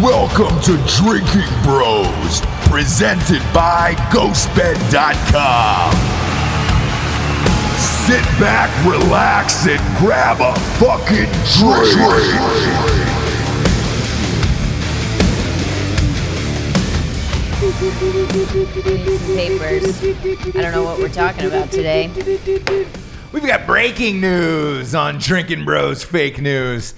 Welcome to Drinking Bros, presented by GhostBed.com. Sit back, relax, and grab a fucking drink. papers. I don't know what we're talking about today. We've got breaking news on Drinking Bros fake news.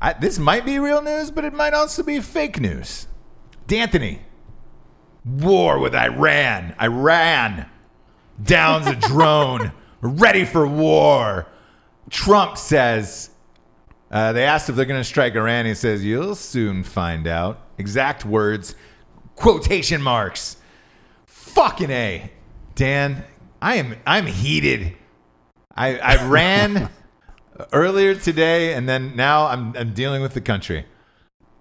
I, this might be real news, but it might also be fake news. D'Anthony, war with Iran. Iran downs a drone, ready for war. Trump says, uh, they asked if they're going to strike Iran. He says, You'll soon find out. Exact words, quotation marks. Fucking A. Dan, I am I'm heated. I, I ran earlier today, and then now I'm, I'm dealing with the country.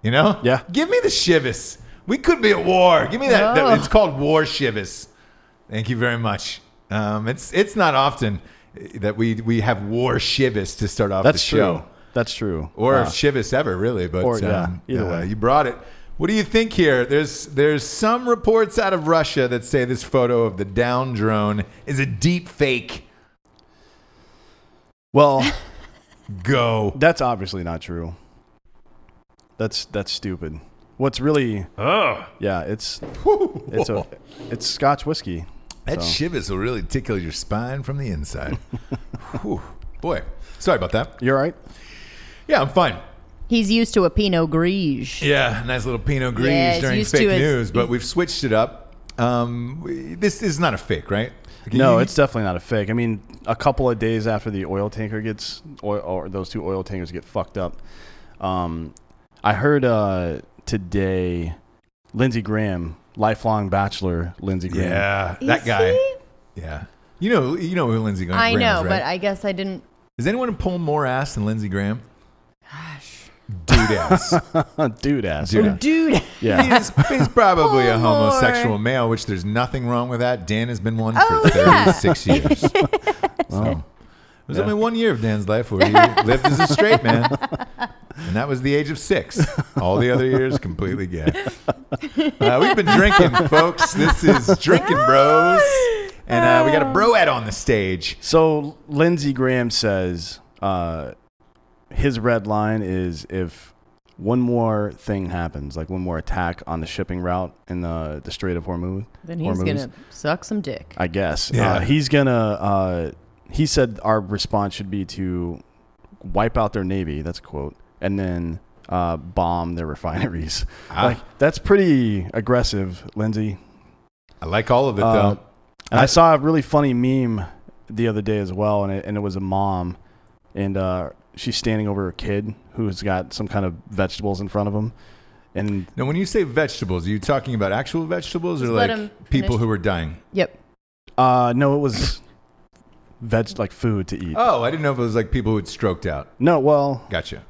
You know? Yeah. Give me the shivas. We could be at war. Give me that. that- Oh. it's called war shivas. Thank you very much. Um, it's it's not often that we we have war shivas to start off That's the true. show, That's true. or Uh, shivas ever really. But Or, yeah, um, either way. you brought it. What do you think here? There's there's some reports out of Russia that say this photo of the down drone is a deep fake. well, Go. that's obviously not true. That's that's stupid. What's really? Oh. Yeah, it's it's a it's Scotch whiskey. That shivas will really tickle your spine from the inside. Whew. Boy, sorry about that. You're right. Yeah, I'm fine. He's used to a Pinot Grigio. Yeah, nice little Pinot Gris Yeah, it's during used to fake it. news, but we've switched it up. Um, we- this is not a fake, right? Can No, you- it's definitely not a fake. I mean, a couple of days after the oil tanker gets, oil, or those two oil tankers get fucked up. Um, I heard uh, today, Lindsey Graham, lifelong bachelor, Lindsey Graham. yeah, You that guy. see? Yeah, you know, you know who Lindsey Graham I is, know, right? but I guess I didn't. Does anyone pull more ass than Lindsey Graham? Gosh, dude ass. dude ass. Dude ass. Dude, Yeah. he's, he's probably a Pull more. homosexual male, which there's nothing wrong with that. Dan has been one Oh, for yeah. 36 years. So, There's only one year of Dan's life where he lived as a straight man, and that was the age of six. All the other years, completely gay. Uh, we've been drinking, folks. This is Drinking Bros. And uh, we got a broette on the stage. So Lindsey Graham says uh, his red line is if one more thing happens, like one more attack on the shipping route in the the Strait of Hormuz, then he's Hormuz, gonna suck some dick. I guess. Yeah. Uh, he's gonna. Uh, he said our response should be to wipe out their navy. That's a quote, and then uh, bomb their refineries. Ah. Like that's pretty aggressive, Lindsey. I like all of it, Uh, though. and I saw a really funny meme the other day as well, and it, and it was a mom, and uh, she's standing over her kid who's got some kind of vegetables in front of him, and Now, when you say vegetables, are you talking about actual vegetables or Just let him like people finish. who are dying? Yep. uh, no, it was veg like food to eat. Oh, I didn't know if it was like people who had stroked out. no, well, Gotcha.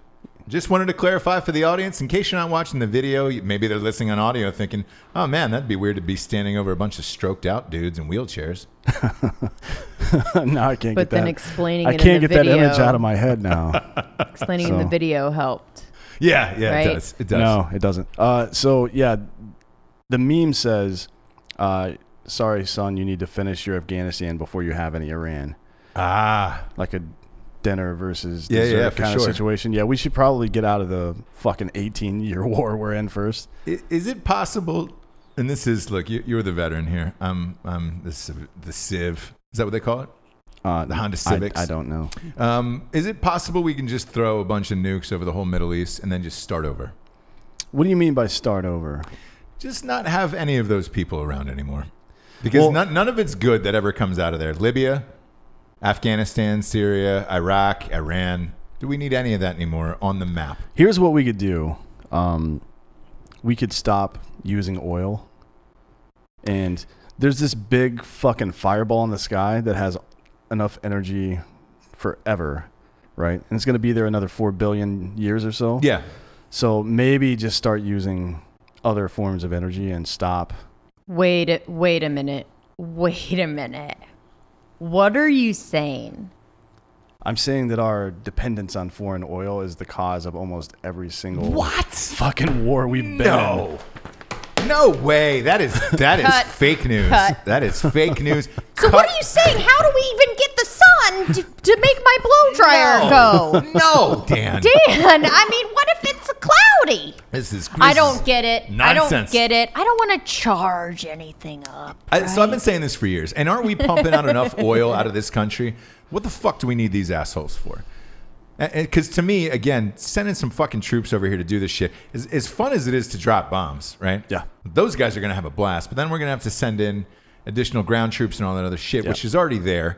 Just wanted to clarify for the audience, in case you're not watching the video, you- maybe they're listening on audio thinking, oh man, that'd be weird to be standing over a bunch of stroked out dudes in wheelchairs. no, I can't But get then that. explaining I it can't in the get video, that image out of my head now. explaining in the so. video helped. Yeah, yeah, Right. it does. It does. no, it doesn't. Uh, so yeah, the meme says, uh, "Sorry, son, you need to finish your Afghanistan before you have any Iran." Ah, like a dinner versus Yeah, yeah, dessert for kind of sure. situation. Yeah, we should probably get out of the fucking 18 year war we're in first. I- is it possible? And this is, look, you, you're the veteran here. I'm, I'm the, civ- the Civ. Is that what they call it? Uh, The Honda I- Civics. I, don't know. Um, is it possible we can just throw a bunch of nukes over the whole Middle East and then just start over? What do you mean by start over? just not have any of those people around anymore because Well- none, none of it's good that ever comes out of there libya afghanistan syria iraq iran do we need any of that anymore on the map Here's what we could do. Um, we could stop using oil. And there's this big fucking fireball in the sky that has enough energy forever, right? And it's going to be there another 4 billion years or so. yeah So maybe just start using other forms of energy and stop Wait, a- wait a minute. Wait a minute. What are you saying? I'm saying that our dependence on foreign oil is the cause of almost every single What? fucking war we've been in. No. No way. That is that Cut. is fake news. Cut. That is fake news. So what are you saying? How do we even get the sun to, to make my blow dryer no. go? No, Dan. Dan, I mean, what if it's cloudy? This is I this is don't get it. I don't nonsense. get it. I don't want to charge anything up. I, so I've been saying this for years, and aren't we pumping out enough oil out of this country? What the fuck do we need these assholes for? Because to me, again, sending some fucking troops over here to do this shit, as, as fun as it is to drop bombs, right? Yeah. Those guys are going to have a blast, but then we're going to have to send in additional ground troops and all that other shit, which is already there.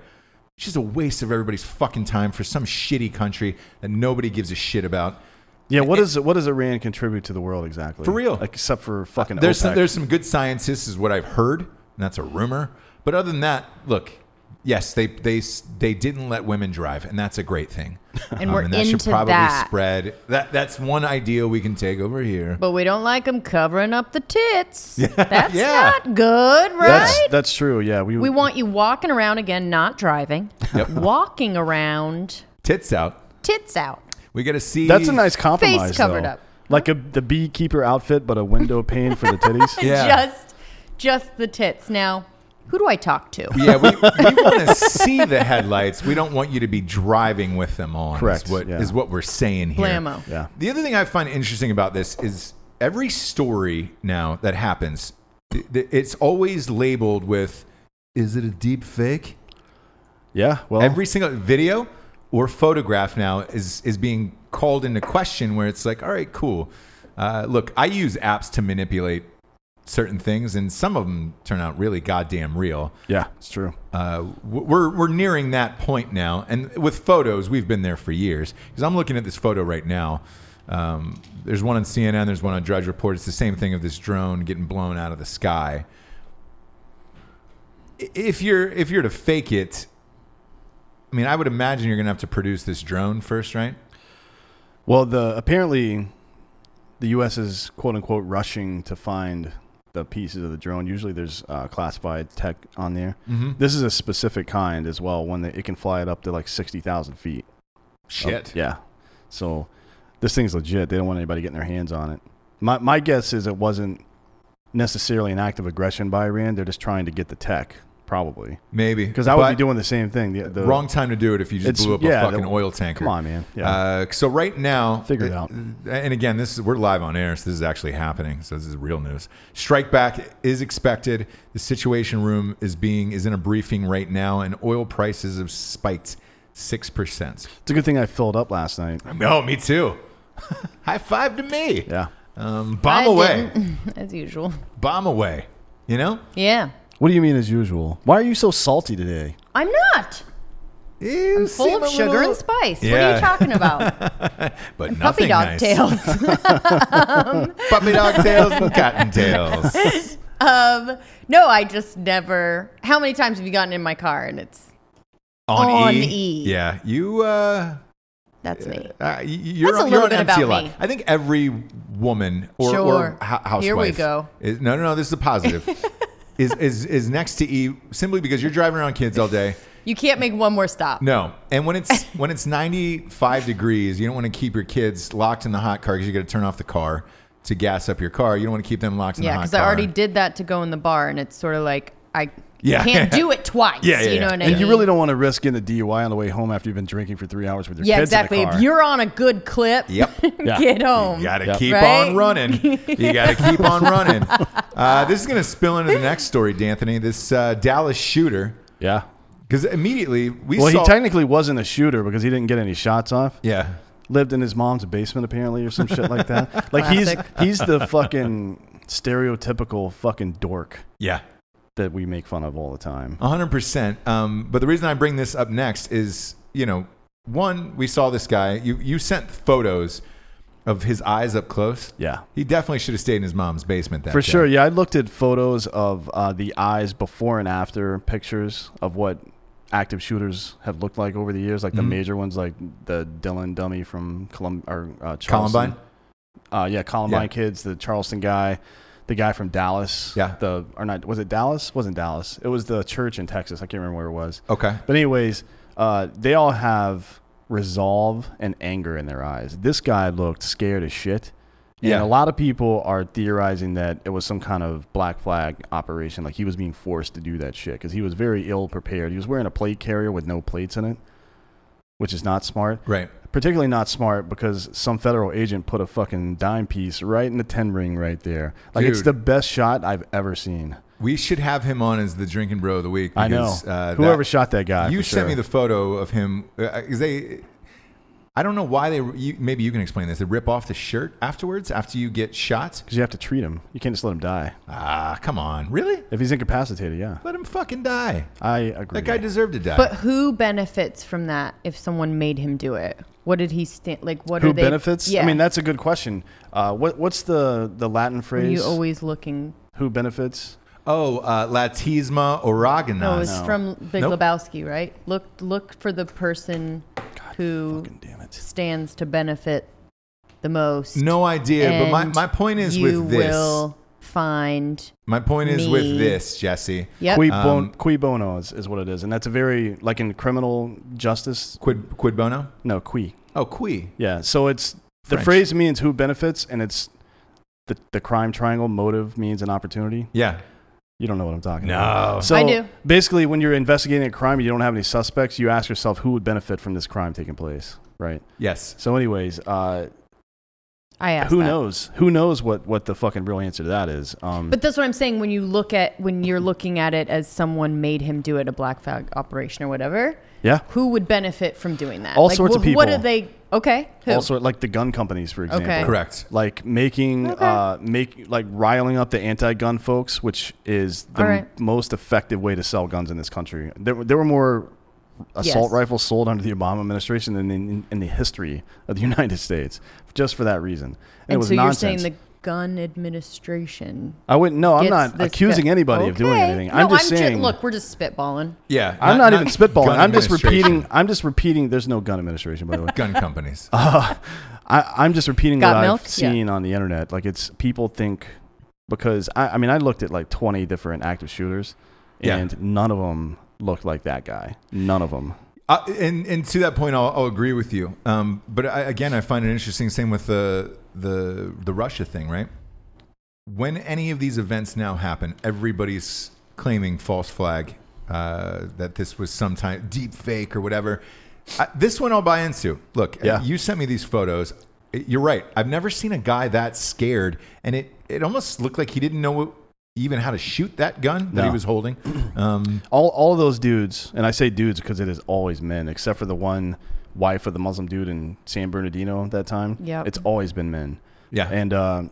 It's just a waste of everybody's fucking time for some shitty country that nobody gives a shit about. Yeah, what does what does Iran contribute to the world exactly? For real. like, except for fucking There's OPEC. some, there's some good scientists, is what I've heard, and that's a rumor. But other than that, look, yes, they they s- they didn't let women drive, and that's a great thing. Um, And we're and that should into probably that. spread. That that's one idea we can take over here. But we don't like them covering up the tits. That's Yeah. not good, right? that's that's true. Yeah, we we want you walking around again, not driving. Walking around, Tits out. tits out. We got to see. That's a nice compromise. covered though. up. like a the beekeeper outfit, but a window pane for the titties. Yeah. Just just the tits. Now, who do I talk to? Yeah, we, we want to see the headlights. We don't want you to be driving with them on. Correct, Is what, yeah. is what we're saying here. Blammo. Yeah. The other thing I find interesting about this is every story now that happens, th- th- it's always labeled with is it a deep fake? Yeah. Well, Every single video or photograph now is is being called into question where it's like, all right, cool. Uh, look, I use apps to manipulate certain things, and some of them turn out really goddamn real yeah, it's true. uh, w- we're we're nearing that point now, and with photos, we've been there for years. Because I'm looking at this photo right now. Um, there's one on CNN. There's one on Drudge Report. It's the same thing of this drone getting blown out of the sky. I- If you're if you're to fake it, I mean, I would imagine you're gonna have to produce this drone first, right? Well, the apparently the U.S. is quote unquote rushing to find the pieces of the drone. Usually, there's uh, classified tech on there. Mm-hmm. This is a specific kind as well. One that it can fly it up to like sixty thousand feet. Shit. Yeah. So this thing's legit. They don't want anybody getting their hands on it. My my guess is it wasn't necessarily an act of aggression by Iran. They're just trying to get the tech, probably. Maybe Because I would be But- doing the same thing. The, the Wrong time to do it if you just It's- blew up yeah, a fucking the- oil tanker. Come on, man. Yeah. Uh, so right now, Figure it out. And again, this is we're live on air, so this is actually happening. So this is real news. Strike back is expected. The Situation Room is being is in a briefing right now, and oil prices have spiked six percent. It's a good thing I filled up last night. No, me too. High five to me. Yeah. Um, I bomb away. didn't, as usual. Bomb away. You know. Yeah, What do you mean as usual? Why are you so salty today? I'm not You full seem of a sugar little- and spice. What are Yeah. you talking about? but Puppy nothing dog nice. tails. Puppy dog tails and cotton tails. um, no, I just never. How many times have you gotten in my car and it's On E. Yeah, you. Uh, that's me. Uh, y- you're That's a little on, you're on bit MT about a lot. me. I think every woman or, Sure. or ho- housewife. Here we go. Is, no, no, no. This is a positive. is, is is next to E simply because you're driving around kids all day. You can't make one more stop. No, and when it's when it's 95 degrees, you don't want to keep your kids locked in the hot car because you got to turn off the car to gas up your car. You don't want to keep them locked in Yeah, the hot because car. I already did that to go in the bar, and it's sort of like I Yeah. can't do it twice. Yeah, yeah, you know yeah. what I And mean? And you really don't want to risk getting a DUI on the way home after you've been drinking for three hours with your Yeah, kids exactly. in the car. If you're on a good clip, Yep. Yeah. get home. You gotta Yep. keep Right? on running. You gotta keep on running. Uh, this is gonna spill into the next story, D'Anthony. This uh, Dallas shooter, yeah. because immediately we Well, saw. he technically wasn't a shooter because he didn't get any shots off. yeah. Lived in his mom's basement apparently, or some shit like that. Like Classic. he's he's the fucking stereotypical fucking dork Yeah. that we make fun of all the time. Oh. 100%. Um, but the reason I bring this up next is, you know, one, we saw this guy. You, you sent photos of his eyes up close. Yeah. He definitely should have stayed in his mom's basement that For day. sure. Yeah, I looked at photos of uh, the eyes before and after pictures of what active shooters have looked like over the years, like Mm-hmm. the major ones, like the Dylan dummy from Colum- or uh, Charleston. Columbine? Uh, yeah, Columbine Yeah. kids, the Charleston guy, the guy from Dallas. Yeah. The or not was it Dallas? Wasn't Dallas? It was the church in Texas. I can't remember where it was. Okay. But anyways, Uh, they all have resolve and anger in their eyes. This guy looked scared as shit. Yeah. And a lot of people are theorizing that it was some kind of black flag operation. Like he was being forced to do that shit because he was very ill prepared. He was wearing a plate carrier with no plates in it, which is not smart. Right. Particularly not smart because some federal agent put a fucking dime piece right in the 10 ring right there. Like it's Dude. the best shot I've ever seen. We should have him on as the drinking bro of the week. I know. because, Uh, Whoever that- shot that guy. You for sent sure. me the photo of him because they. I don't know why they. You, maybe you can explain this. They rip off the shirt afterwards after you get shot. Because you have to treat him. You can't just let him die. Ah, come on, really? If he's incapacitated, yeah. Let him fucking die. I agree. That guy deserved to die. But who benefits from that if someone made him do it? What did he stand like? What Who are they, benefits? Yeah, I mean, that's a good question. Uh, what What's the, the Latin Are phrase? you always looking? Who benefits? oh, uh, Latisma No, oregonis. oh, it's from Big Nope. Lebowski, right? Look, look for the person who Fucking damn it. stands to benefit the most. No idea. but my, and my point is you with this. will find. my point is with me. this, Jesse. Yep. Qui, Um, bon, qui bono is, is what it is. And that's a very, like in criminal justice, Quid quid bono? no, qui. Oh, qui. Yeah. So it's the French. phrase means who benefits, and it's the, the crime triangle motive means an opportunity. Yeah. You don't know what I'm talking No. about. So I do. basically, when you're investigating a crime and you don't have any suspects, you ask yourself who would benefit from this crime taking place, right? Yes. So, anyways, uh, I asked. who that. knows? Who knows what, what the fucking real answer to that is? Um, But that's what I'm saying. When you look at when you're looking at it as someone made him do it, a black flag operation or whatever, yeah. who would benefit from doing that? All sorts wh- of What people. are they? Okay. Who? Also, like the gun companies, for example. Okay. Correct. Like making, Okay. uh, make like riling up the anti-gun folks, which is the All right. most effective way to sell guns in this country. There, were- there were more assault Yes. rifles sold under the Obama administration than in, in the history of the United States, just for that reason. And, it and was so nonsense. you're saying the gun administration. I wouldn't. No, I'm gets not this accusing guy- anybody of doing Okay. anything. No, I'm just saying. look, we're just spitballing. Yeah. I'm not, even spitballing. gun I'm just administration. repeating. I'm just repeating. There's no gun administration, by the way. Uh, Gun companies. I, I'm just repeating Got what milk? I've Yeah. seen on the internet. Like it's people think because I, I mean I looked at like 20 different active shooters, Yeah. and none of them looked like that guy. None of them. Uh, and and to that point, I'll, I'll agree with you. Um, but I, again, I find it interesting. Same with the the the Russia thing, right? When any of these events now happen, everybody's claiming false flag uh, that this was some type deep fake or whatever. I, this one I'll buy into. Look, uh, Yeah. you sent me these photos. Uh, You're right. I've never seen a guy that scared, and it it almost looked like he didn't know what, even how to shoot that gun that he No. was holding. Um, All all of those dudes, and I say dudes because it is always men, except for the one wife of the Muslim dude in San Bernardino at that time. Yep. it's always been men. yeah, and uh,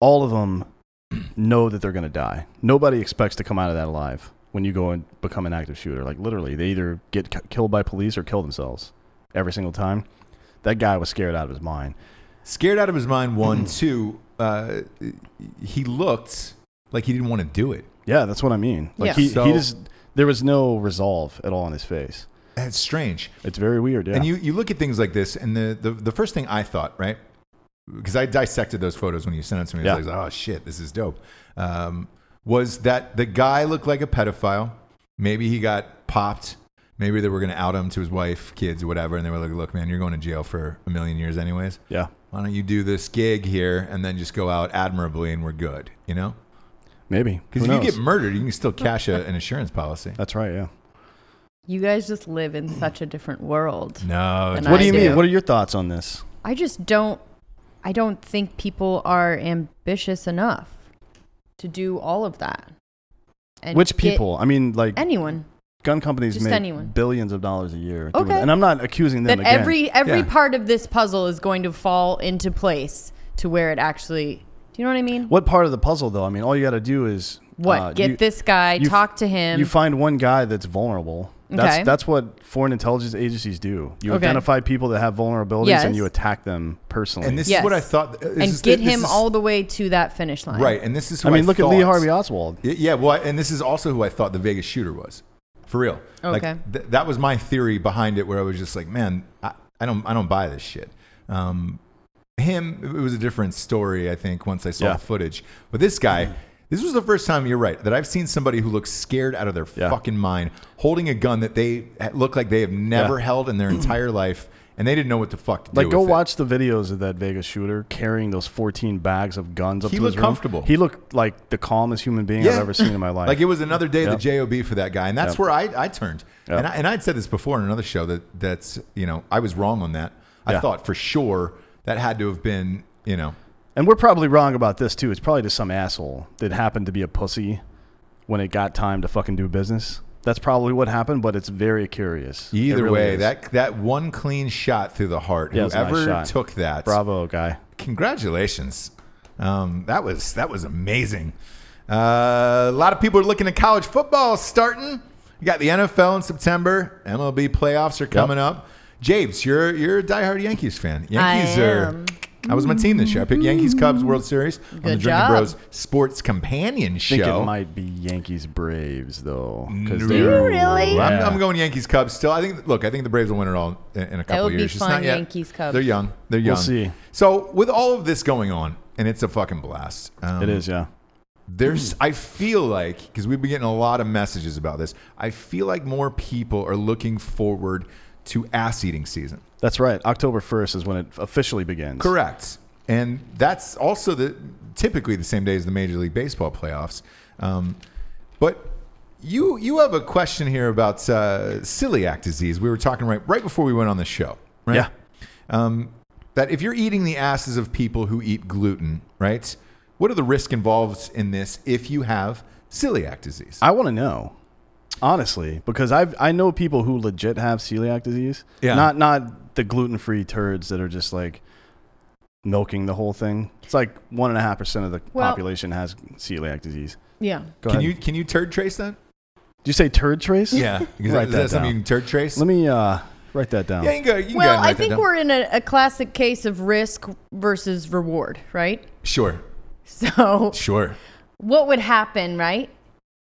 all of them know that they're going to die. Nobody expects to come out of that alive when you go and become an active shooter. Like literally, they either get c- killed by police or kill themselves every single time. That guy was scared out of his mind. scared out of his mind. One, two, uh, he looked like he didn't want to do it. Yeah, that's what I mean. Like Yeah. he, So- he just there was no resolve at all on his face. That's strange. It's very weird. Yeah. And you, you look at things like this, and the, the, the first thing I thought, right? Because I dissected those photos when you sent it to me. I was Yeah. like, oh shit, this is dope. Um, was that the guy looked like a pedophile? Maybe he got popped. Maybe they were going to out him to his wife, kids, or whatever. And they were like, look, man, you're going to jail for a million years, anyways. yeah. Why don't you do this gig here and then just go out admirably and we're good, you know? Maybe. Because Who if you knows? get murdered, you can still cash a, an insurance policy. that's right. Yeah. You guys just live in such a different world. No. And What do I you do. mean? What are your thoughts on this? I just don't I don't think people are ambitious enough to do all of that. And get Which people? I mean, like anyone. gun companies Just make anyone. billions of dollars a year. doing Okay. that. And I'm not accusing them that again. every every Yeah. part of this puzzle is going to fall into place to where it actually Do you know what I mean? What part of the puzzle, though? I mean, all you got to do is What? uh, get you- this guy, you f- talk to him. You find one guy that's vulnerable. That's Okay. that's what foreign intelligence agencies do. You Okay. identify people that have vulnerabilities and Yes. you attack them personally. And this is Yes. what I thought. this and is the- get this him is- all the way to that finish line. right. And this is. Who I mean, look at Lee thought- Harvey Oswald. Y- Yeah. Well, I- and this is also who I thought the Vegas shooter was, for real. Okay. Like, th- that was my theory behind it, where I was just like, man, I, I don't, I don't buy this shit. Um, him, it was a different story. I think once I saw Yeah. Mm-hmm. the footage, but this guy. This was the first time you're right that I've seen somebody who looks scared out of their Yeah. fucking mind holding a gun that they look like they have never Yeah. Mm-hmm. held in their entire life, and they didn't know what the fuck to do. Like, go with it. watch the videos of that Vegas shooter carrying those 14 bags of guns up He to his looked room. comfortable. He looked like the calmest human being I've Yeah. ever seen in my life. Like it was another day Yeah. of the job for that guy, and that's Yeah. where I, I turned. Yeah. And, I, and I'd said this before in another show that that's you know I was wrong on that. I Yeah. thought for sure that had to have been you know and we're probably wrong about this, too. It's probably just some asshole that happened to be a pussy when it got time to fucking do business. That's probably what happened, but it's very curious. It either really way is. that that one clean shot through the heart. Yeah, it was a nice Whoever shot. took that, Bravo, guy. congratulations. Um, that was that was amazing. Uh, a lot of people are looking at college football starting. You got the NFL in September. MLB playoffs are coming up. James, you're you're a diehard Yankees fan. Yankees are. am. I was on my team this year. I picked Yankees Cubs World Series on the Good Drinking job. Bros Sports Companion I think Show. it might be Yankees Braves, though. because No. they're really? I'm, Yeah. I'm going Yankees Cubs still. I think. Look, I think the Braves will win it all in, in a couple would be years. It's fun, not yet. Yankees Cubs. They're young. They're young. We'll see. So with all of this going on, and it's a fucking blast. Um, It is, yeah. There's, I feel like, because we've been getting a lot of messages about this. I feel like more people are looking forward to ass eating season. That's right. October 1st is when it officially begins. Correct. And that's also the typically the same day as the Major League Baseball playoffs. Um, but you you have a question here about uh, celiac disease. We were talking right right before we went on the show, right? Yeah. That if you're eating the asses of people who eat gluten, right? What are the risks involved in this if you have celiac disease? I want to know, honestly, because I've I know people who legit have celiac disease. Yeah. Not not the gluten free turds that are just like milking the whole thing. It's like one and a half percent of the Well- population has celiac disease. Yeah. Go can ahead. you can you turd trace that? Did you say turd trace? Yeah, is that, Write is that that something down. you can turd trace? Let me uh, write that down. yeah, you can go. You can go ahead Well, and write I that think down. we're in a, a classic case of risk versus reward, right? sure, So, sure. what would happen, right?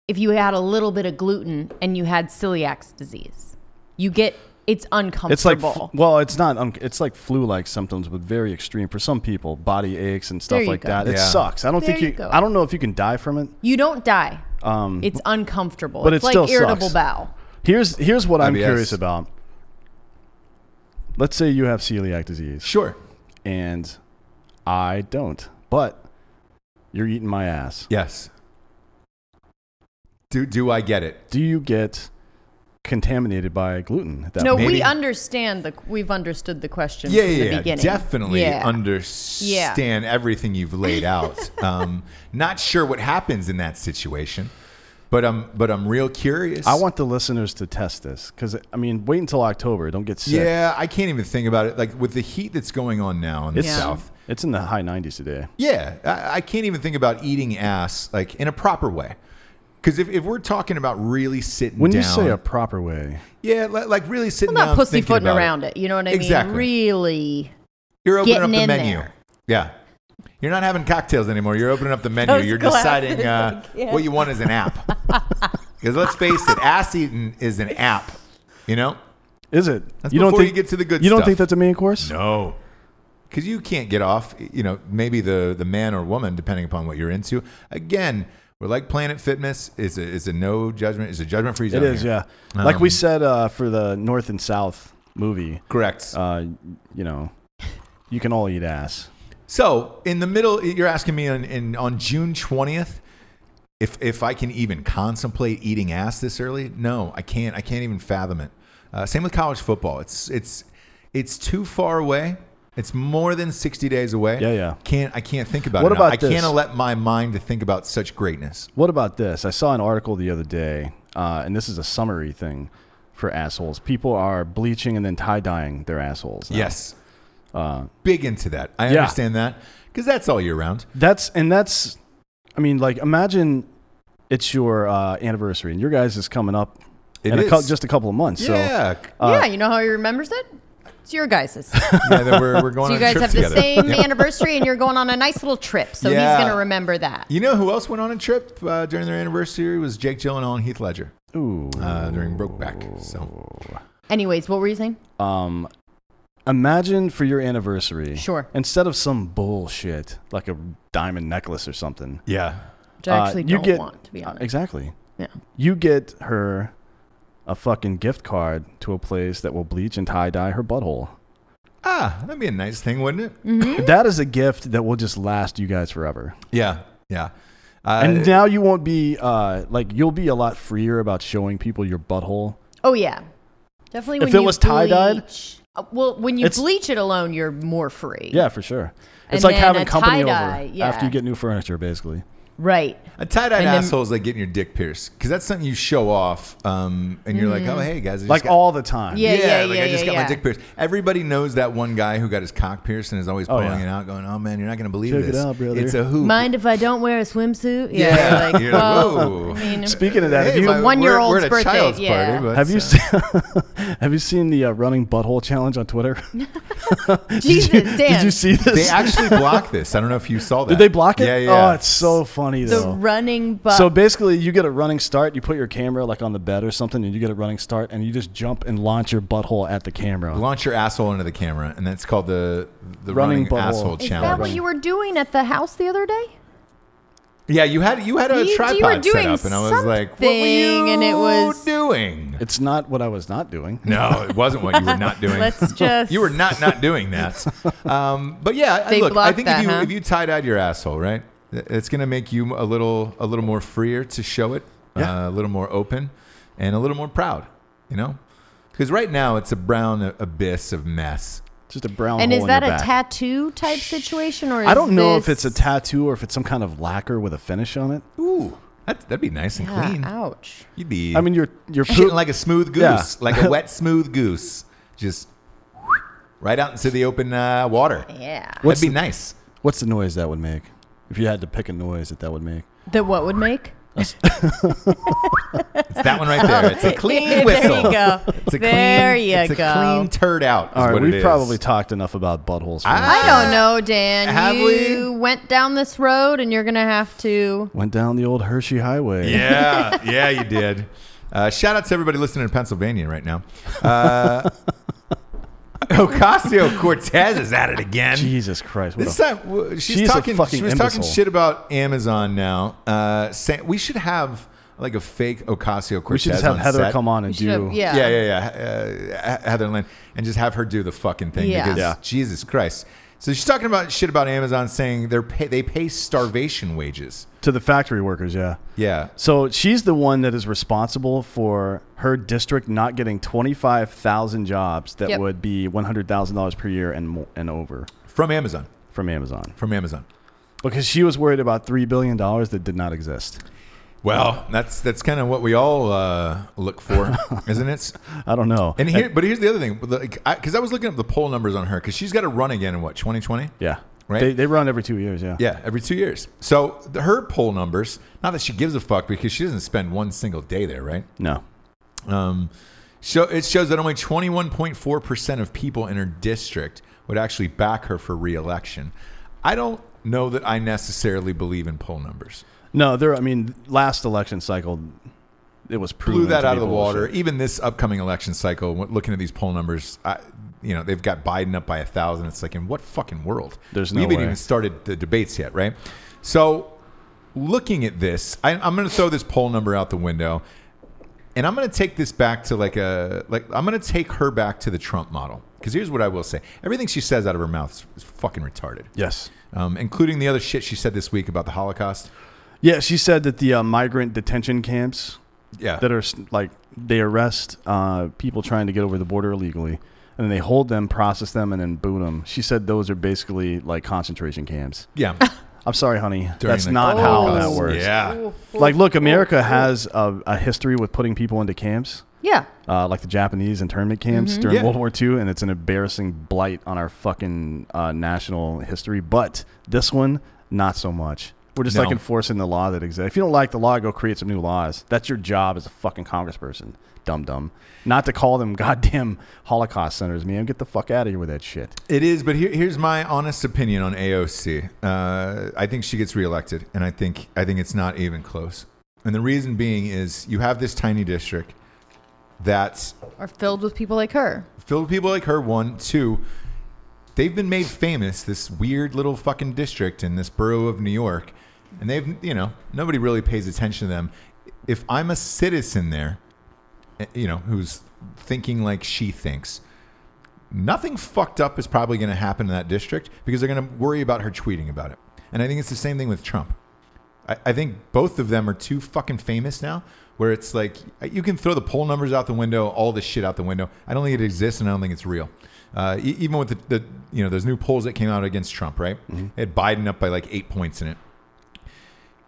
If you had a little bit of gluten and you had celiac disease, you get it's uncomfortable. It's like f- well, it's not. Un- it's like flu-like symptoms, but very extreme for some people. Body aches and stuff There you like go. that. It Yeah. sucks. I don't There think you you. go. I don't know if you can die from it. you don't die. Um, It's uncomfortable. but it's it like still irritable sucks. bowel. Here's here's what I'm IBS. curious about. Let's say you have celiac disease Sure. and I don't, but you're eating my ass. Yes. Do do I get it? Do you get contaminated by gluten? At that No, point? maybe- we understand the we've understood the question Yeah, from yeah, the yeah. beginning. definitely Yeah. understand everything you've laid out. um, not sure what happens in that situation, but I'm but I'm real curious. I want the listeners to test this because I mean, wait until October. Don't get sick. Yeah, I can't even think about it. Like with the heat that's going on now in the It's Yeah. south. It's in the high 90s today. Yeah, I, I can't even think about eating ass like in a proper way. Because if, if we're talking about really sitting When down, you say a proper way, yeah, li- like really sitting I'm not down, thinking pussyfooting about it. around it. You know what I Exactly. mean? Really. You're opening up getting the in menu. there. Yeah. You're not having cocktails anymore. You're opening up the menu. Those You're glasses, deciding uh, I can't. what you want is an app. Because let's face it, ass eating is an app. You know? is it? That's you don't before think you get to the good You don't stuff. think that's a main course? No. Because you can't get off, you know, maybe the, the man or woman, depending upon what you're into. Again, we're like Planet Fitness. It's a, it's a no judgment. It's a judgment free It zone. is, here. yeah. like we Um, said uh, for the North and South movie, Correct. uh, you know, you can all eat ass. So in the middle, you're asking me on, in, on June 20th if if I can even contemplate eating ass this early. No, I can't. I can't even fathom it. Uh, same with college football. It's it's it's too far away. It's more than 60 days away. Yeah, yeah. Can't I can't think about What it. now. about I this? can't let my mind to think about such greatness. What about this? I saw an article the other day, uh, and this is a summary thing for assholes. People are bleaching and then tie dyeing their assholes. now. Yes. Big into that. I Uh, yeah. understand that because that's all year round. that's and that's. I mean, like imagine it's your uh, anniversary, and your guys is coming up It in A cou- is. just a couple of months. So yeah. yeah, you know how he remembers it? It's your guys's. yeah that Uh, we're, we're going So you guys on trips have the together. same anniversary and you're going on a nice little trip. So Yeah. he's going to remember that. You know who else went on a trip uh, during their anniversary was Jake Gyllenhaal and Heath Ledger ooh, uh, during Brokeback. So Anyways, what were you saying? um, imagine for your anniversary, Sure. instead of some bullshit like a diamond necklace or something, yeah, Which I actually uh, you don't get want, to be uh, honest. exactly. Yeah. You get her a fucking gift card to a place that will bleach and tie dye her butthole. Ah, that'd be a nice thing, wouldn't it? Mm. Hmm? That is a gift that will just last you guys forever. Yeah, yeah. Uh, and now you won't be uh, like you'll be a lot freer about showing people your butthole. Oh yeah, definitely. If when it you was tie-dyed- bleach- uh, well, when you It's- bleach it alone, you're more free. Yeah, for sure. And It's like then having a company over tie-dye, yeah. after you get new furniture, basically. right. a tie-dyed and then- asshole is like getting your dick pierced because that's something you show off, um, and you're like, oh hey guys, I just Like got- all the time. Mm. Yeah, yeah, like yeah, I just yeah, got yeah. my dick pierced. Everybody knows that one guy who got his cock pierced and is always Oh, pulling yeah. it out, going, "Oh man, you're not going to believe Check it this. out, brother." It's a hoop." Mind if I don't wear a swimsuit? yeah, Yeah. Like, You're like, well, "Whoa." I mean, Speaking of that, Hey, have you, my- we're- one-year-old's we're at a birthday, child's yeah. party, but, have you uh, seen, have you seen the uh, running butthole challenge on Twitter? Jesus, Dan. Did you see this? They actually blocked this. I don't know if you saw that. Did they block it? Yeah, yeah. Oh, it's so funny the though. running butt? so basically, you get a running start. You put your camera like on the bed or something, and you get a running start, and you just jump and launch your butthole at the camera. launch your asshole into the camera, and that's called the the running, Running butthole. asshole is that challenge. what you were doing at the house the other day? yeah, you had you had a You- you were tripod set doing up, and I was like, "What were you something, and it was- doing?" It's not what I was not doing. No, it wasn't what you were not doing. Let's just. You were not not doing that. Um, but yeah, I- They look, I blocked think that, if you huh? if you tie dyed your asshole, right, th- it's gonna make you a little a little more freer to show it, Yeah. uh, a little more open, and a little more proud. You know, because right now it's a brown a- abyss of mess. Just a brown. And hole is in that a your back. tattoo type situation, or is I don't know if this- it's a tattoo or if it's some kind of lacquer with a finish on it. Ooh, that that'd be nice and Yeah, clean. Ah, ouch. You'd be. I mean, you're you're shitting like a smooth goose, Yeah. like a wet smooth goose, just right out into the open uh, water. Yeah. What's That'd be the- nice. What's the noise that would make? If you had to pick a noise that that would make, That what would make? It's that one right there. It's a clean whistle. There you go. It's a there clean, you it's go. a clean turd out. Is all right, what it we've is. Ah. probably talked enough about buttholes. for I- now. I don't know, Dan. Uh, Have you went down this road, and you're gonna have to. Went down the old Hershey Highway. yeah, yeah, you did. Uh, shout out to everybody listening in Pennsylvania right now. Uh, Ocasio Cortez is at it again. Jesus Christ! What This a time w- she's, she's a talking. fucking She was talking imbecile. shit about Amazon now. Uh, say, we should have like a fake Ocasio Cortez. we should just have on Heather set. come on and We should do. have- yeah. yeah, yeah, yeah. Uh, Heather Lynn, and just have her do the fucking thing Yeah. because Yeah. Jesus Christ. So she's talking about shit about Amazon, saying they're pay, they pay starvation wages. to the factory workers. Yeah. Yeah, So she's the one that is responsible for her district not getting twenty five thousand jobs that Yep. would be one hundred thousand dollars per year and mo- and over from Amazon, from Amazon from Amazon. because she was worried about three billion dollars that did not exist. Well, that's that's kind of what we all uh, look for, isn't it? I don't know. And here, but here's the other thing, because I, 'cause I was looking up the poll numbers on her, because she's got to run again in what 2020. yeah, Right? They, they run every two years. Yeah. Yeah, every two years. So the, her poll numbers, not that she gives a fuck because she doesn't spend one single day there, right? No. Um, show, it shows that only 21.4% of people in her district would actually back her for reelection. I don't know that I necessarily believe in poll numbers. No. There. I mean, last election cycle, it was proven Blew that to out be of the bullshit. water. Even this upcoming election cycle, w- looking at these poll numbers, I, you know, they've got Biden up by a thousand. It's like, in what fucking world? There's we no haven't way. even started the debates yet, right? So, looking at this, I, I'm going to throw this poll number out the window, and I'm going to take this back to like a like I'm going to take her back to the Trump model because here's what I will say: everything she says out of her mouth is, is fucking retarded, Yes. um, including the other shit she said this week about the Holocaust. Yeah. She said that the uh, migrant detention camps Yeah, that are s- like they arrest uh, people trying to get over the border illegally, and then they hold them, process them, and then boot them. She said those are basically like concentration camps. yeah, I'm sorry, honey, During that's the not how that Holocaust. works. Yeah, Like, look, America has a, a history with putting people into camps. Yeah. Uh, like the Japanese internment camps Mm-hmm. during Yeah. World War II, and it's an embarrassing blight on our fucking uh, national history. But this one, not so much. We're just No. like enforcing the law that exists. If you don't like the law, go create some new laws. That's your job as a fucking congressperson, dum dum. Not to call them goddamn Holocaust centers, man. Get the fuck out of here with that shit. It is, but here, here's my honest opinion on AOC. Uh, I think she gets reelected, and I think I think it's not even close. And the reason being is you have this tiny district that's Are filled with people like her. filled with people like her. One, two, they've been made famous. This weird little fucking district in this borough of New York and they've you know nobody really pays attention to them. If I'm a citizen there, eh, you know, who's thinking like she thinks, nothing fucked up is probably going to happen in that district because they're going to worry about her tweeting about it. And I think it's the same thing with Trump. I, I think both of them are too fucking famous now where it's like uh, you can throw the poll numbers out the window, all this shit out the window. I don't think it exists and I don't think it's real. Uh, e- even with the, the, you know, those new polls that came out against Trump, right? It had Biden up by like eight points in it.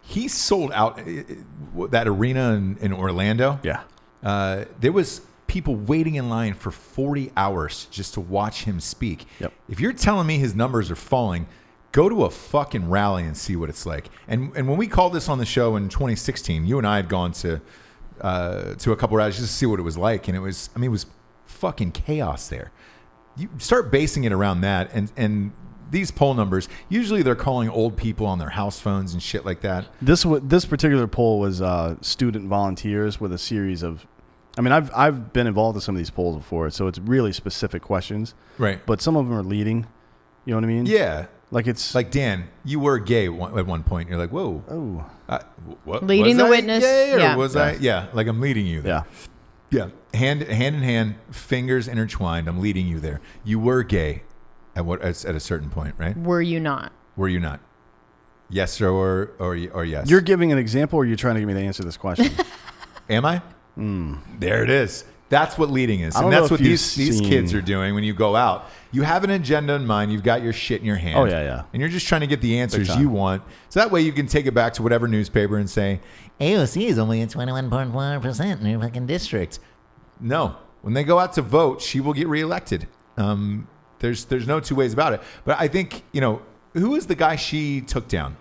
He sold out eh, eh, that arena in, in Orlando Yeah. uh, there was people waiting in line for 40 hours just to watch him speak. Yep. If you're telling me his numbers are falling, go to a fucking rally and see what it's like. And and when we called this on the show in 2016, you and I had gone to uh, to a couple rallies just to see what it was like, and it was I mean it was fucking chaos there. You start basing it around that, and and these poll numbers usually they're calling old people on their house phones and shit like that. This wa- this particular poll was uh, student volunteers with a series of, I mean, I've I've been involved in some of these polls before, so it's really specific questions, Right. But but some of them are leading. You know what I mean? yeah. Like it's Like Dan, you were gay one- at one point. You're like, whoa, oh I, what, Leading was the I witness, gay or yeah. was I? Yeah, like I'm leading you. There. yeah. Yeah. Hand hand in hand, fingers intertwined. I'm leading you there. You were gay at what at a certain point, right? Were you not? Were you not? Yes or or or, or yes. You're giving an example, or you're trying to get me to answer this question. Am I? There it is. That's what leading is, Hmm. I and don't know that's if what you've these these seen- kids are doing when you go out. You have an agenda in mind. You've got your shit in your hand. Oh, yeah, yeah. And you're just trying to get the answers time. you want, so that way you can take it back to whatever newspaper and say, AOC is only at 21.4% in your fucking district. No. When they go out to vote, she will get reelected. Um, there's there's no two ways about it. But I think you know who is the guy she took down.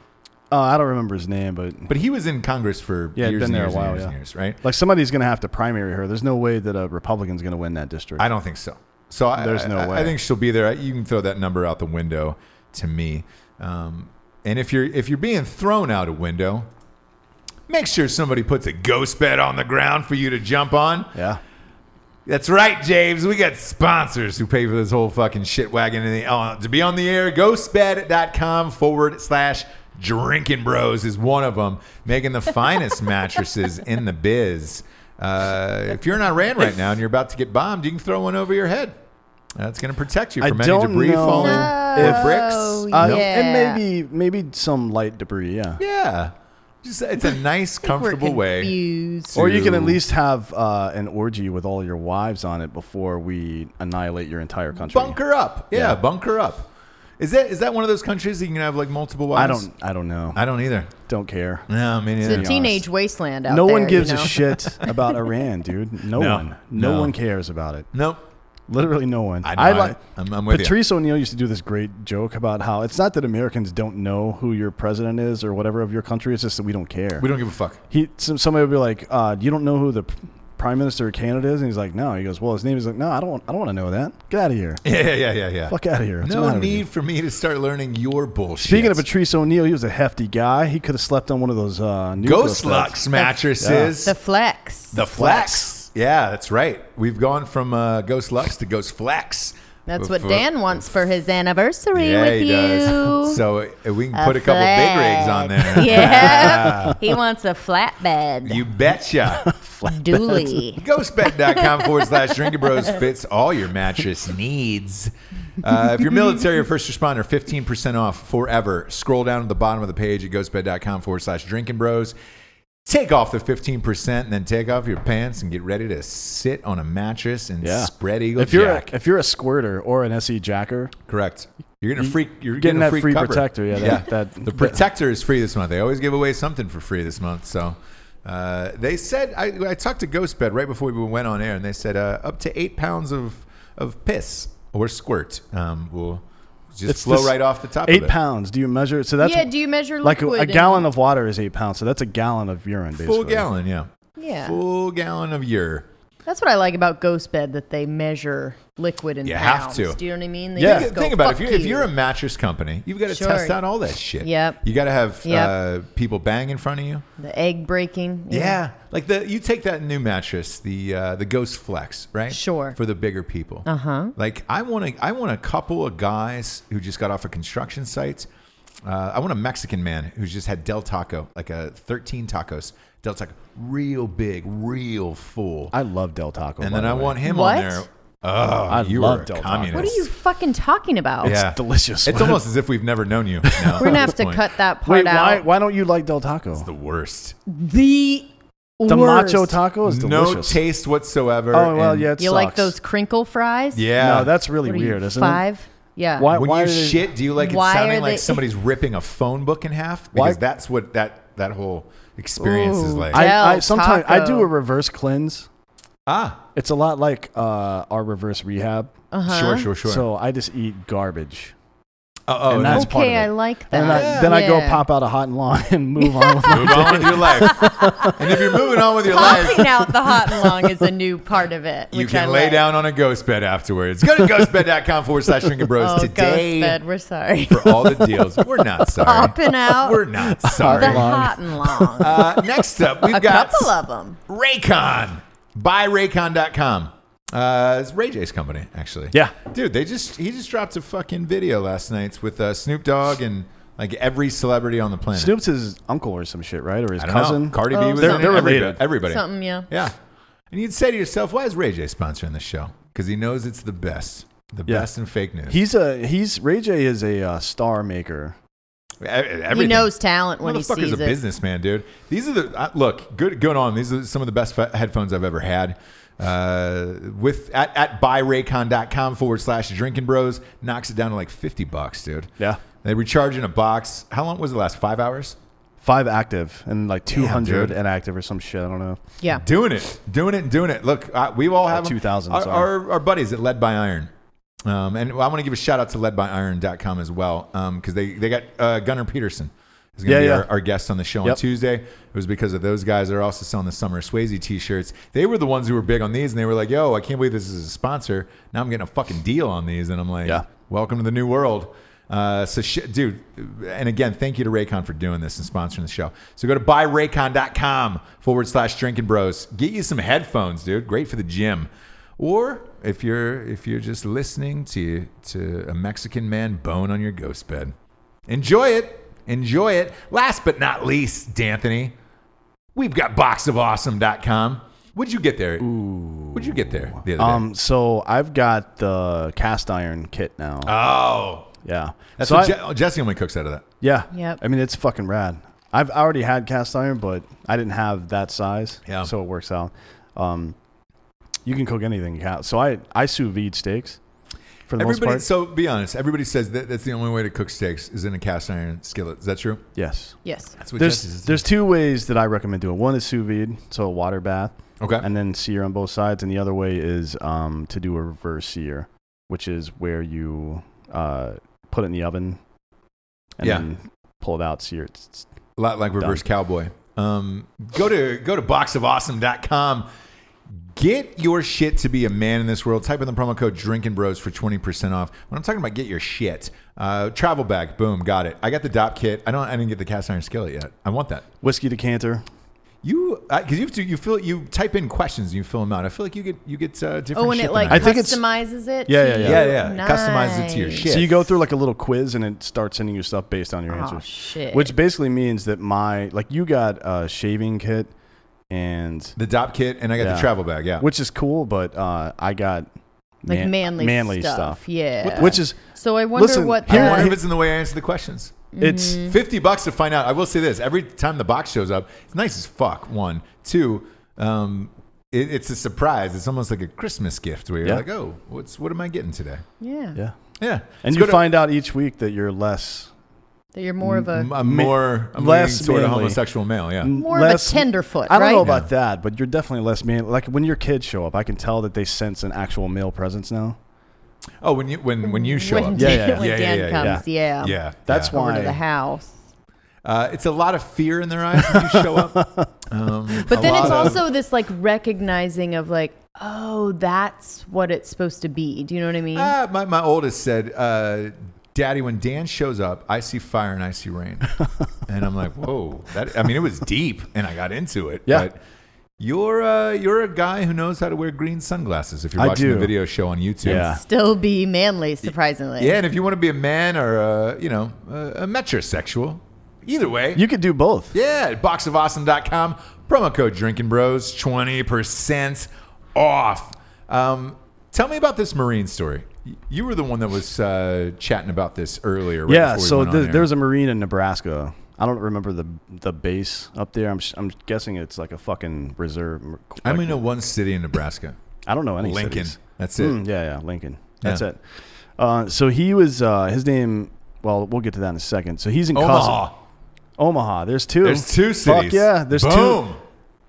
uh, I don't remember his name, but But he was in Congress for Yeah, years been and there a years while, and years and yeah. years, right? like somebody's going to have to primary her. There's no way that a Republican's going to win that district. I don't think so. So I, There's I- no I, way. I think she'll be there. You can throw that number out the window to me. Um, and if you're if you're being thrown out a window, make sure somebody puts a ghost bed on the ground for you to jump on. yeah. That's right, James. We got sponsors who pay for this whole fucking shit wagon. And they, uh, to be on the air, ghostbed.com forward slash drinking bros is one of them, making the finest mattresses in the biz. Uh, if you're in Iran right now and you're about to get bombed, you can throw one over your head. That's going to protect you I from any don't debris know falling if- or bricks. Uh, Yeah. And maybe maybe some light debris. Yeah. yeah. Just, it's a nice, comfortable We're way. confused. Or you can to- at least have uh, an orgy with all your wives on it before we annihilate your entire country. Bunker up. Yeah, Yeah. bunker up. Is that is that one of those countries that you can have like multiple I wives? don't. I don't know. I don't either. don't care. No, I mean, It's a honest. teenage wasteland out No there. one gives you know? a shit about Iran, dude. No, No. one. No, No. one cares about it. nope. Literally, no one. I know, I- I'm- I'm with you. Patrice O'Neill used to do this great joke about how it's not that Americans don't know who your president is or whatever of your country. It's just that we don't care. We don't give a fuck. he some, somebody would be like, uh, "You don't know who the p- prime minister of Canada is?" And he's like, "No." He goes, "Well, his name is like, no, I don't, I don't want to know that. Get out of here. Yeah, yeah, yeah, yeah. Fuck out of here. What's the No matter with you?" need for me to start learning your bullshit. Speaking of Patrice O'Neill, he was a hefty guy. He could have slept on one of those uh, nuclear Ghost beds. Lux mattresses, The flex. the Flex. Yeah, that's right. We've gone from uh, Ghost Lux to Ghost Flex. That's F- what Dan wants for his anniversary Yeah, with he you. does. So uh, we can put a couple big rigs on there. yeah. he wants a flatbed. You betcha. Dooley. Ghostbed.com forward slash drinking bros fits all your mattress needs. Uh, if you're military or first responder, 15% off forever. Scroll down to the bottom of the page at ghostbed.com forward slash drinking bros. Take off the 15% and then take off your pants and get ready to sit on a mattress and Yeah. spread eagle If you're a, jack. if you're a squirter or an SE jacker, Correct. You're gonna freak. You're getting getting that a free, free cover. protector, yeah, that- that- the protector is free this month. They always give away something for free this month. So uh, they said I, I talked to Ghostbed right before we went on air, and they said uh, up to eight pounds of of piss or squirt um, will just flow this- right off the top. Eight of it. pounds. Do you measure? So that's Yeah, do you measure like a, liquid a and- gallon of water is eight pounds. So that's a gallon of urine, basically. full gallon. Yeah, Yeah. full gallon of your. That's what I like about Ghost Bed that they measure liquid in You have pounds. to. Do you know what I mean? They Yeah. just Think, go, think about it. If "Fuck you're, if you're a mattress company, you've got to Sure. test out all that shit. Yep. You got to have Yep. uh, people bang in front of you. the egg breaking. Yeah, like the you take that new mattress, the uh, the Ghost Flex, right? Sure. Uh-huh. For the bigger people. Uh huh. Like I want to, I want a couple of guys who just got off of construction sites, Uh, I want a Mexican man who's just had Del Taco, like a 13 tacos. Del Taco, real big, real full. I love Del Taco. and by then the I way. want him What? on there. Oh, I you love are a Del Taco. communist. What are you fucking talking about? Yeah. It's delicious. It's almost as if we've never known you. now, We're gonna at have this to point. cut that part Wait, why, out. why don't you like Del Taco? the worst. The The worst. macho taco is delicious. No taste whatsoever. Oh well, and- yeah. It You like sucks. those crinkle fries? Yeah. No, that's really What are you, weird, isn't it? five? Yeah. Why- when you do they- shit, do you like it why sounding are like they- somebody's ripping a phone book in half? Why- Because that's what that that whole experience is Ooh. like. Del I, I sometimes I do Taco. a reverse cleanse. ah, It's a lot like uh, our reverse rehab. Uh-huh. sure, sure, sure. So I just eat garbage. oh, oh, and no. that's part of Okay, it. I like that. And then, I, then I go Yeah. pop out a hot and long and move on. With move on with your life. and if you're moving on with your life, Popping out the hot and long is a new part of it. you which I can lay like. down on a ghost bed afterwards. Go to ghostbed.com forward slash drinking bros Oh, today ghost bed. We're sorry. for all the deals. We're not sorry. Popping out We're not the sorry. hot and long. Uh, next up, we've a got couple of them. Raycon. Buy Raycon.com. Uh, it's Ray J's company, actually. Yeah. dude, they just he just dropped a fucking video last night with uh, Snoop Dogg and like every celebrity on the planet. Snoop's his uncle or some shit, right? Or his I don't cousin? know. Cardi B Oh, was They're- in it. they're Everybody- related. Everybody, Something, yeah. yeah. And you'd say to yourself, why is Ray J sponsoring this show? Because he knows it's the best, the Yeah. best in fake news. He's a he's Ray J is a uh, star maker. E- everything. He knows talent when he sees Motherfucker's a it. businessman, dude. These are the uh, look good. Good on. These are some of the best fe- headphones I've ever had. Uh, with at, at buyraycon.com forward slash drinking bros knocks it down to like fifty bucks, dude. Yeah, They recharge in a box. How long was it last? Five hours. five active and like two hundred dude. inactive or some shit. I don't know. Yeah. Doing it, doing it, and doing it. Look, uh, we all have 'em. 2000, Our, sorry. our, our buddies at Led by Iron. Um, and I want to give a shout out to ledbyiron.com as well because they, they got uh, Gunnar Peterson is going to Yeah, be yeah. Our, our guest on the show on Yep. Tuesday. It was because of those guys. They're also selling the Summer Swayze t shirts. They were the ones who were big on these and they were like, yo, I can't believe this is a sponsor. Now I'm getting a fucking deal on these. And I'm like, Yeah. welcome to the new world. Uh, so, sh- dude, and again, thank you to Raycon for doing this and sponsoring the show. So go to buyraycon.com forward slash drinking bros. Get you some headphones, dude. Great for the gym. Or if you're if you're just listening to to a Mexican man bone on your ghost bed, enjoy it, enjoy it. Last but not least, D'Anthony, we've got boxofawesome.com. What'd you get there? What'd you get there the other day? Um, so I've got the cast iron kit now. oh, yeah, that's so what I- Je- Jesse only cooks out of that. yeah. Yep. I mean, it's fucking rad. I've already had cast iron, but I didn't have that size. Yeah. so it works out. Um, you can cook anything. you have. So I I sous vide steaks for the Everybody, most part. so be honest. Everybody says that that's the only way to cook steaks is in a cast iron skillet. Is that true? yes. Yes. That's what Jesse There's says. there's two ways that I recommend doing. One is sous vide, so a water bath, okay. and then sear on both sides. And the other way is um, to do a reverse sear, which is where you uh, put it in the oven and Yeah. then pull it out, sear it. It's- a lot like reverse cowboy. Um, go to go to boxofawesome.com. Get your shit to be a man in this world. Type in the promo code Drinking Bros for twenty percent off. When I'm talking about get your shit, uh, travel bag, boom, got it. I got the dop kit. I don't. I didn't get the cast iron skillet yet. I want that. Whiskey decanter. You because you have to. You fill. You type in questions. and You fill them out. I feel like you get you get uh, different. Oh, and shit it than like I I do. think it's- customizes it. Yeah, to yeah, you? yeah, yeah. Nice. Customizes it to your shit. So you go through like a little quiz and it starts sending you stuff based on your Aw, answers. shit. Which basically means that my like you got a shaving kit and the dop kit, and I got the Yeah. travel bag. Yeah. which is cool, but uh, I got like man- manly, manly stuff. Yeah. Which is so I wonder Listen, what uh, I here- the- wonder if it's in the way I answer the questions. it's 50 bucks to find out. I will say this every time the box shows up, it's nice as fuck. One, two, um, it, it's a surprise. It's almost like a Christmas gift where you're Yeah. like, oh, what's what am I getting today? yeah, yeah. Yeah. And So you go to- find out each week that you're less that you're more of a I'm more I'm less leaning toward a manly. Mm. homosexual male. Yeah. more less- of a tenderfoot. I don't right? know about that, but you're definitely less man. Like when your kids show up, I can tell that they sense an actual male presence now. Oh, when you when when you show when up. Dan, Yeah, yeah, when yeah, Dan yeah, yeah. comes, yeah, Yeah. yeah. That's yeah. Over to why. the house. Uh, it's a lot of fear in their eyes when you show up. Um, But a then it's lot of- also this like recognizing of like, oh, that's what it's supposed to be. Do you know what I mean? Ah, my, my oldest said, uh, Daddy, when Dan shows up, I see fire and I see rain. and I'm like, whoa. That, I mean, it was deep and I got into it. Yeah. But You're uh, you're a guy who knows how to wear green sunglasses. If you're I watching the do. video show on YouTube, Yeah. Still be manly, surprisingly. yeah. And if you want to be a man or a, you know uh, a, a metrosexual, either way, You could do both. yeah, at boxofawesome.com. Promo code Drinking Bros, 20% off. Um, tell me about this Marine story. Y- You were the one that was uh, chatting about this earlier. Right yeah. before we So went on th- air. there was a Marine in Nebraska. I don't remember the the base up there. I'm sh- I'm guessing it's like a fucking reserve. mer- I like- only know one city in Nebraska. I don't know any Lincoln. cities. That's it. Mm, yeah, yeah, Lincoln. That's Yeah. it. Uh, so he was uh, his name. Well, we'll get to that in a second. So he's in Omaha. Cousin, Omaha. There's two. There's two cities. Fuck yeah. There's Boom. two.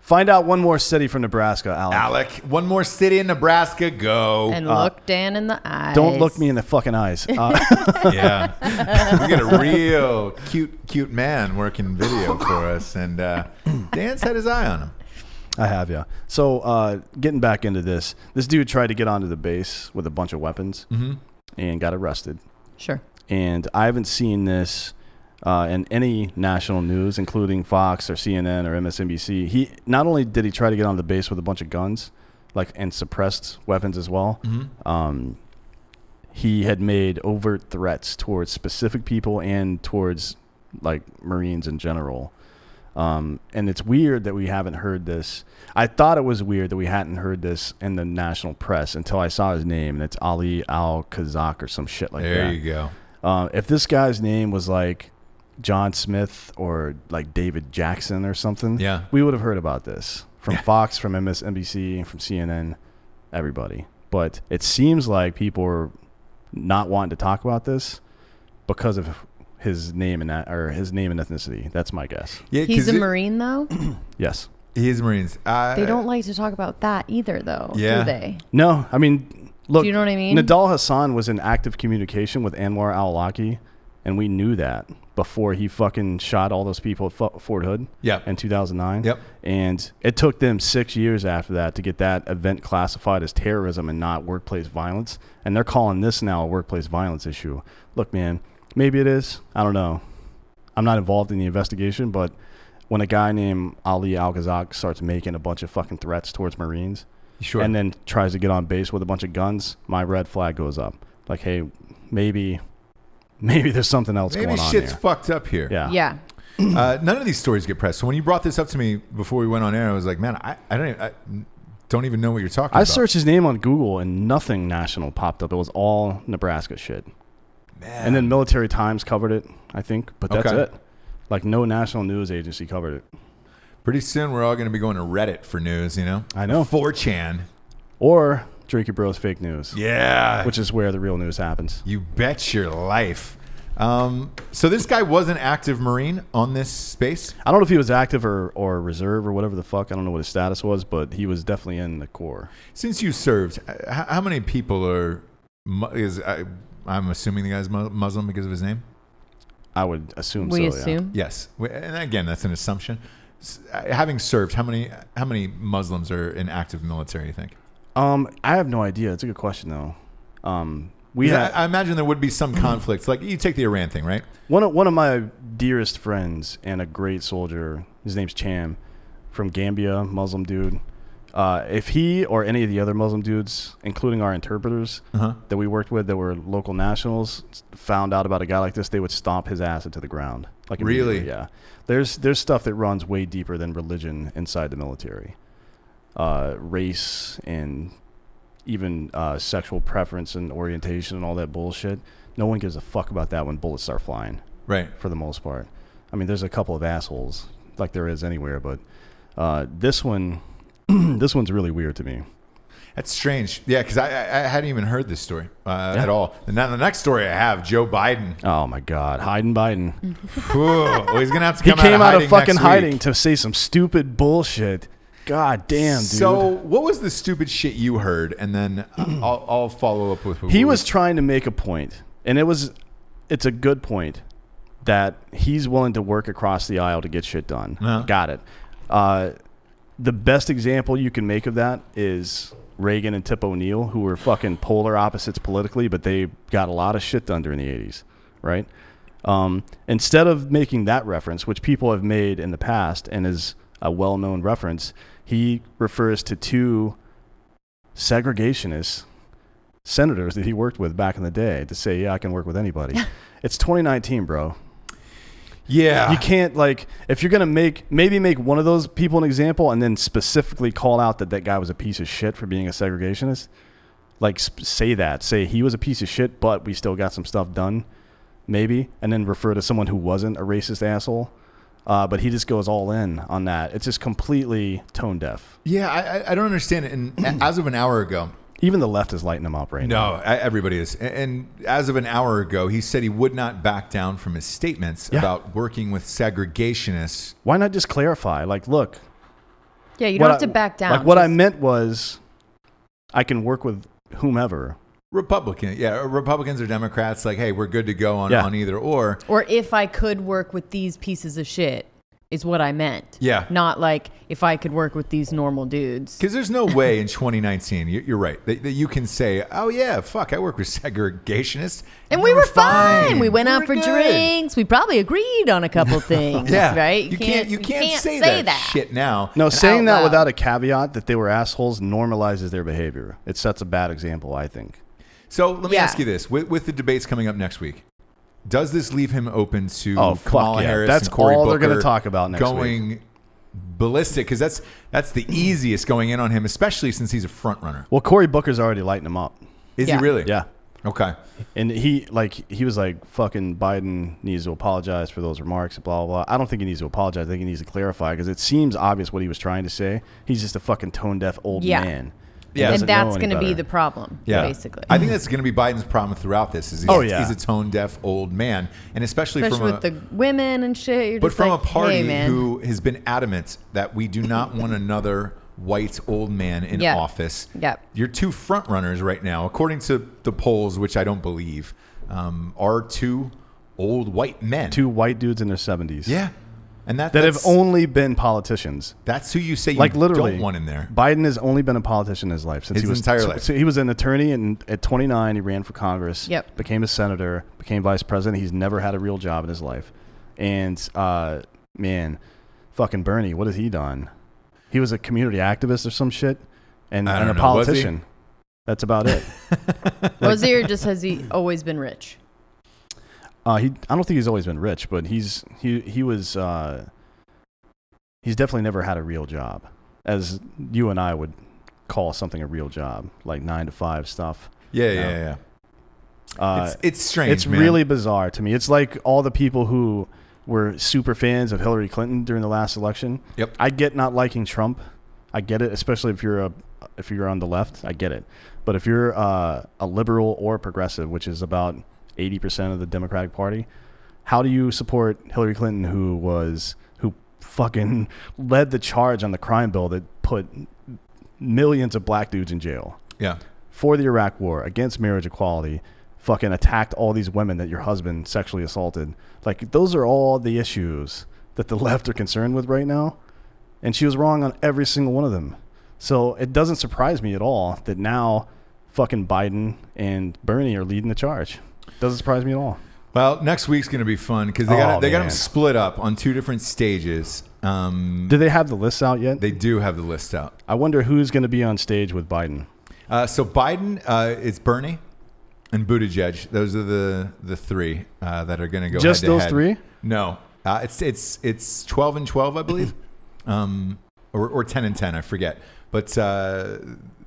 Find out one more city from Nebraska, Alex. Alec, one more city in Nebraska. Go. And look Dan in the eyes. Uh, Don't look me in the fucking eyes. Uh, yeah. we got a real cute, cute man working video for us. And uh, Dan's had his eye on him. I have, yeah. So uh, getting back into this, this dude tried to get onto the base with a bunch of weapons and got arrested. Sure. And I haven't seen this uh, in any national news, including Fox or CNN or MSNBC. He not only did he try to get onto the base with a bunch of guns, like and suppressed weapons as well. Mm-hmm. Um, he had made overt threats towards specific people and towards like Marines in general. Um, and it's weird that we haven't heard this. I thought it was weird that we hadn't heard this in the national press until I saw his name, and it's Ali Al Kazak or some shit like There that. you go. Uh, if this guy's name was like John Smith or like David Jackson or something, Yeah. we would have heard about this from Fox, from MSNBC, from CNN, everybody. But it seems like people are not wanting to talk about this because of his name and that, or his name and ethnicity. That's my guess. Yeah, He's 'cause a it- Marine, though. Yes. He is Marines. Uh, They don't like to talk about that either, though. Yeah. Do they? No, I mean, look. Do you know what I mean? Nadal Hassan was in active communication with Anwar Al Awlaki, and we knew that before he fucking shot all those people at Fo- Fort Hood. Yeah. In 2009. Yep. And it took them six years after that to get that event classified as terrorism and not workplace violence, and they're calling this now a workplace violence issue. Look, man, maybe it is. I don't know. I'm not involved in the investigation, but when a guy named Ali Al Ghazak starts making a bunch of fucking threats towards Marines, Sure. and then tries to get on base with a bunch of guns, my red flag goes up. Like, hey, maybe, maybe there's something else Maybe going on shit's here. fucked up here. yeah, Yeah. Uh, none of these stories get pressed. So when you brought this up to me before we went on air, I was like, man, I, I don't even, I don't even know what you're talking I about. searched his name on Google and nothing national popped up. It was all Nebraska shit. And then Military Times covered it, I think, but that's Okay. it. Like no national news agency covered it, Pretty soon we're all going to be going to Reddit for news, you know? I know. 4chan. or Drake Your Bros fake news, Yeah. which is where the real news happens. you bet your life. Um, so this guy was an active Marine on this space. I don't know if he was active or, or reserve or whatever the fuck. I don't know what his status was, but he was definitely in the corps. Since you served, h- how many people are, mu- is, I, I'm assuming the guy's mu- Muslim because of his name? I would assume. We so, yeah. assume. Yes, We- and again, that's an assumption. S- uh, Having served, how many how many Muslims are in active military? You think? Um, I have no idea. It's a good question though. Um, we Yeah, had I, I imagine there would be some conflicts. Like you take the Iran thing, right? one of one of my dearest friends and a great soldier. His name's Cham, from Gambia, Muslim dude. Uh, if he or any of the other Muslim dudes, including our interpreters Uh-huh. that we worked with that were local nationals, s- found out about a guy like this, they would stomp his ass into the ground. Like Really? immediately, yeah. There's there's stuff that runs way deeper than religion inside the military, uh, race and even uh, sexual preference and orientation and all that bullshit. No one gives a fuck about that when bullets start flying, Right. for the most part. I mean, there's a couple of assholes like there is anywhere, but uh, this one, this one's really weird to me. That's strange. Yeah, because I, I I hadn't even heard this story uh, Yeah. at all. And now the next story I have, Joe Biden. Oh my God, hiding Biden. Ooh, well, he's gonna have to He come came out, of hiding fucking next hiding week. to say some stupid bullshit. God damn, dude. So, what was the stupid shit you heard? And then uh, I'll, I'll follow up with. what he we- was trying to make a point, and it was, it's a good point that he's willing to work across the aisle to get shit done. Uh-huh. Got it. Uh, the best example you can make of that is Reagan and Tip O'Neill, who were fucking polar opposites politically, but they got a lot of shit done during the '80s, right? Um, instead of making that reference, which people have made in the past and is a well-known reference, he refers to two segregationist senators that he worked with back in the day to say, "Yeah, I can work with anybody." it's 2019, bro. Yeah. You can't like if you're gonna make maybe make one of those people an example and then specifically call out that that guy was a piece of shit for being a segregationist. Like sp- say that, say he was a piece of shit, but we still got some stuff done, maybe, and then refer to someone who wasn't a racist asshole. Uh, but he just goes all in on that. It's just completely tone deaf. yeah, I, I- I don't understand it. And as of an hour ago, Even the left is lighting him up right now. no, I, everybody is. And, and as of an hour ago, he said he would not back down from his statements Yeah. about working with segregationists. Why not just clarify? Like, look, Yeah, you what don't have I- to back down. Like what I Just- meant was, I can work with whomever. Republican, yeah, Republicans or Democrats, like, hey, we're good to go on, Yeah. on either or. Or if I could work with these pieces of shit is what I meant. Yeah. Not like if I could work with these normal dudes. Because there's no way in 2019, you- you're right, that, that you can say, oh, yeah, fuck, I work with segregationists. And we were fine. We went We out were for good. drinks. We probably agreed on a couple things. Yeah. Right? You can't, you can't, say, that, shit now. No, saying out that loud. without a caveat that they were assholes normalizes their behavior. It sets a bad example, I think. So let me Yeah. ask you this with, with the debates coming up next week, does this leave him open to Oh, fuck Kamala yeah. Harris? That's and Cory all they're Booker gonna talk about next week. going ballistic because that's that's the easiest going in on him, especially since he's a front runner. Well, Cory Booker's already lighting him up. Is Yeah. he really? Yeah. Okay. And he like he was like fucking Biden needs to apologize for those remarks, blah blah blah. I don't think he needs to apologize. I think he needs to clarify because it seems obvious what he was trying to say. He's just a fucking tone deaf old Yeah. man. He Yeah. And doesn't know that's any going to be better. the problem, Yeah. basically. I think that's going to be Biden's problem throughout this. Is he's, Oh, yeah. he's a tone deaf old man, and especially, Especially from with a, the women and shit. You're but just from like, a party hey, man. who has been adamant that we do not want another white old man in Yeah. office. Yep. Your two front runners right now, according to the polls, which I don't believe, um, are two old white men. two white dudes in their seventies. Yeah. And that, That have that's, only been politicians. that's who you say you like literally don't want in there. Biden has only been a politician in his life since His he was entire so- life. So he was an attorney, and at 29 he ran for Congress. Yep. Became a senator, became vice president. He's never had a real job in his life, and uh, man, fucking Bernie, what has he done? He was a community activist or some shit, and, I and a don't know. Was he? politician. That's about it. Rozier just has he always been rich. Uh, he, I don't think he's always been rich, but he's he he was uh, he's definitely never had a real job, as you and I would call something a real job, like nine to five stuff. Yeah, No. yeah, yeah. Uh, it's, it's strange. it's man. really bizarre to me. It's like all the people who were super fans of Hillary Clinton during the last election. Yep. I get not liking Trump. I get it, especially if you're a if you're on the left. I get it. But if you're uh, a liberal or a progressive, which is about eighty percent of the Democratic Party, how do you support Hillary Clinton, who was who fucking led the charge on the crime bill that put millions of black dudes in jail? Yeah. for the Iraq War, against marriage equality, fucking attacked all these women that your husband sexually assaulted. Like those are all the issues that the left are concerned with right now, and she was wrong on every single one of them. So it doesn't surprise me at all that now fucking Biden and Bernie are leading the charge. Doesn't surprise me at all. Well, next week's going to be fun because they, got Oh, they got them man. split up on two different stages. Um, Do they have the lists out yet? they do have the list out. I wonder who's going to be on stage with Biden. Uh, so Biden, uh, it's Bernie and Buttigieg. Those are the the three uh, that are going to go. Just head to those head. three? No, uh, it's it's it's twelve and twelve, I believe, um, or or ten and ten, I forget. But uh,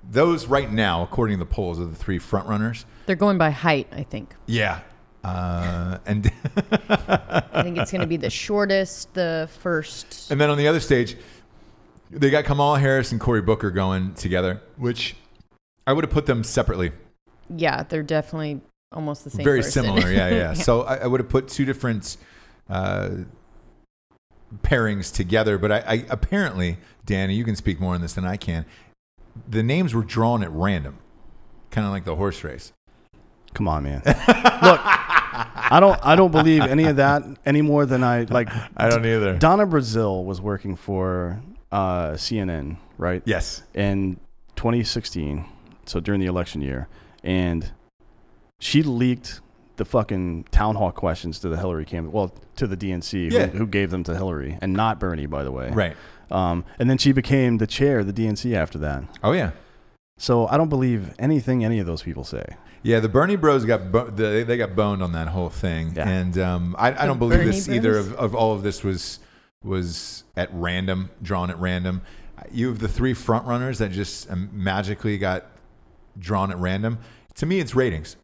those right now, according to the polls, are the three front runners. They're going by height, I think. Yeah, uh, and I think it's going to be the shortest, the first. and then on the other stage, they got Kamala Harris and Cory Booker going together, which I would have put them separately. Yeah, they're definitely almost the same. very person. similar yeah yeah, so i, I would have put two different uh, pairings together but I, I apparently danny you can speak more on this than i can the names were drawn at random kind of like the horse race Come on, man. Look, I don't I don't believe any of that any more than I like either Donna Brazil was working for uh, CNN, right? yes In 2016, so during the election year, and she leaked the fucking town hall questions to the Hillary campaign. Well, to the DNC, Yeah. who, who gave them to Hillary, and not Bernie, by the way. Right. Um, and then she became the chair of the DNC after that. Oh yeah. So I don't believe anything any of those people say. Yeah, the Bernie Bros got bo- they, they got boned on that whole thing, Yeah. and um, I, I don't The believe Bernie this either. Bros? Of, of all of this was was at random, drawn at random. You have the three front runners that just um, magically got drawn at random. To me, it's ratings.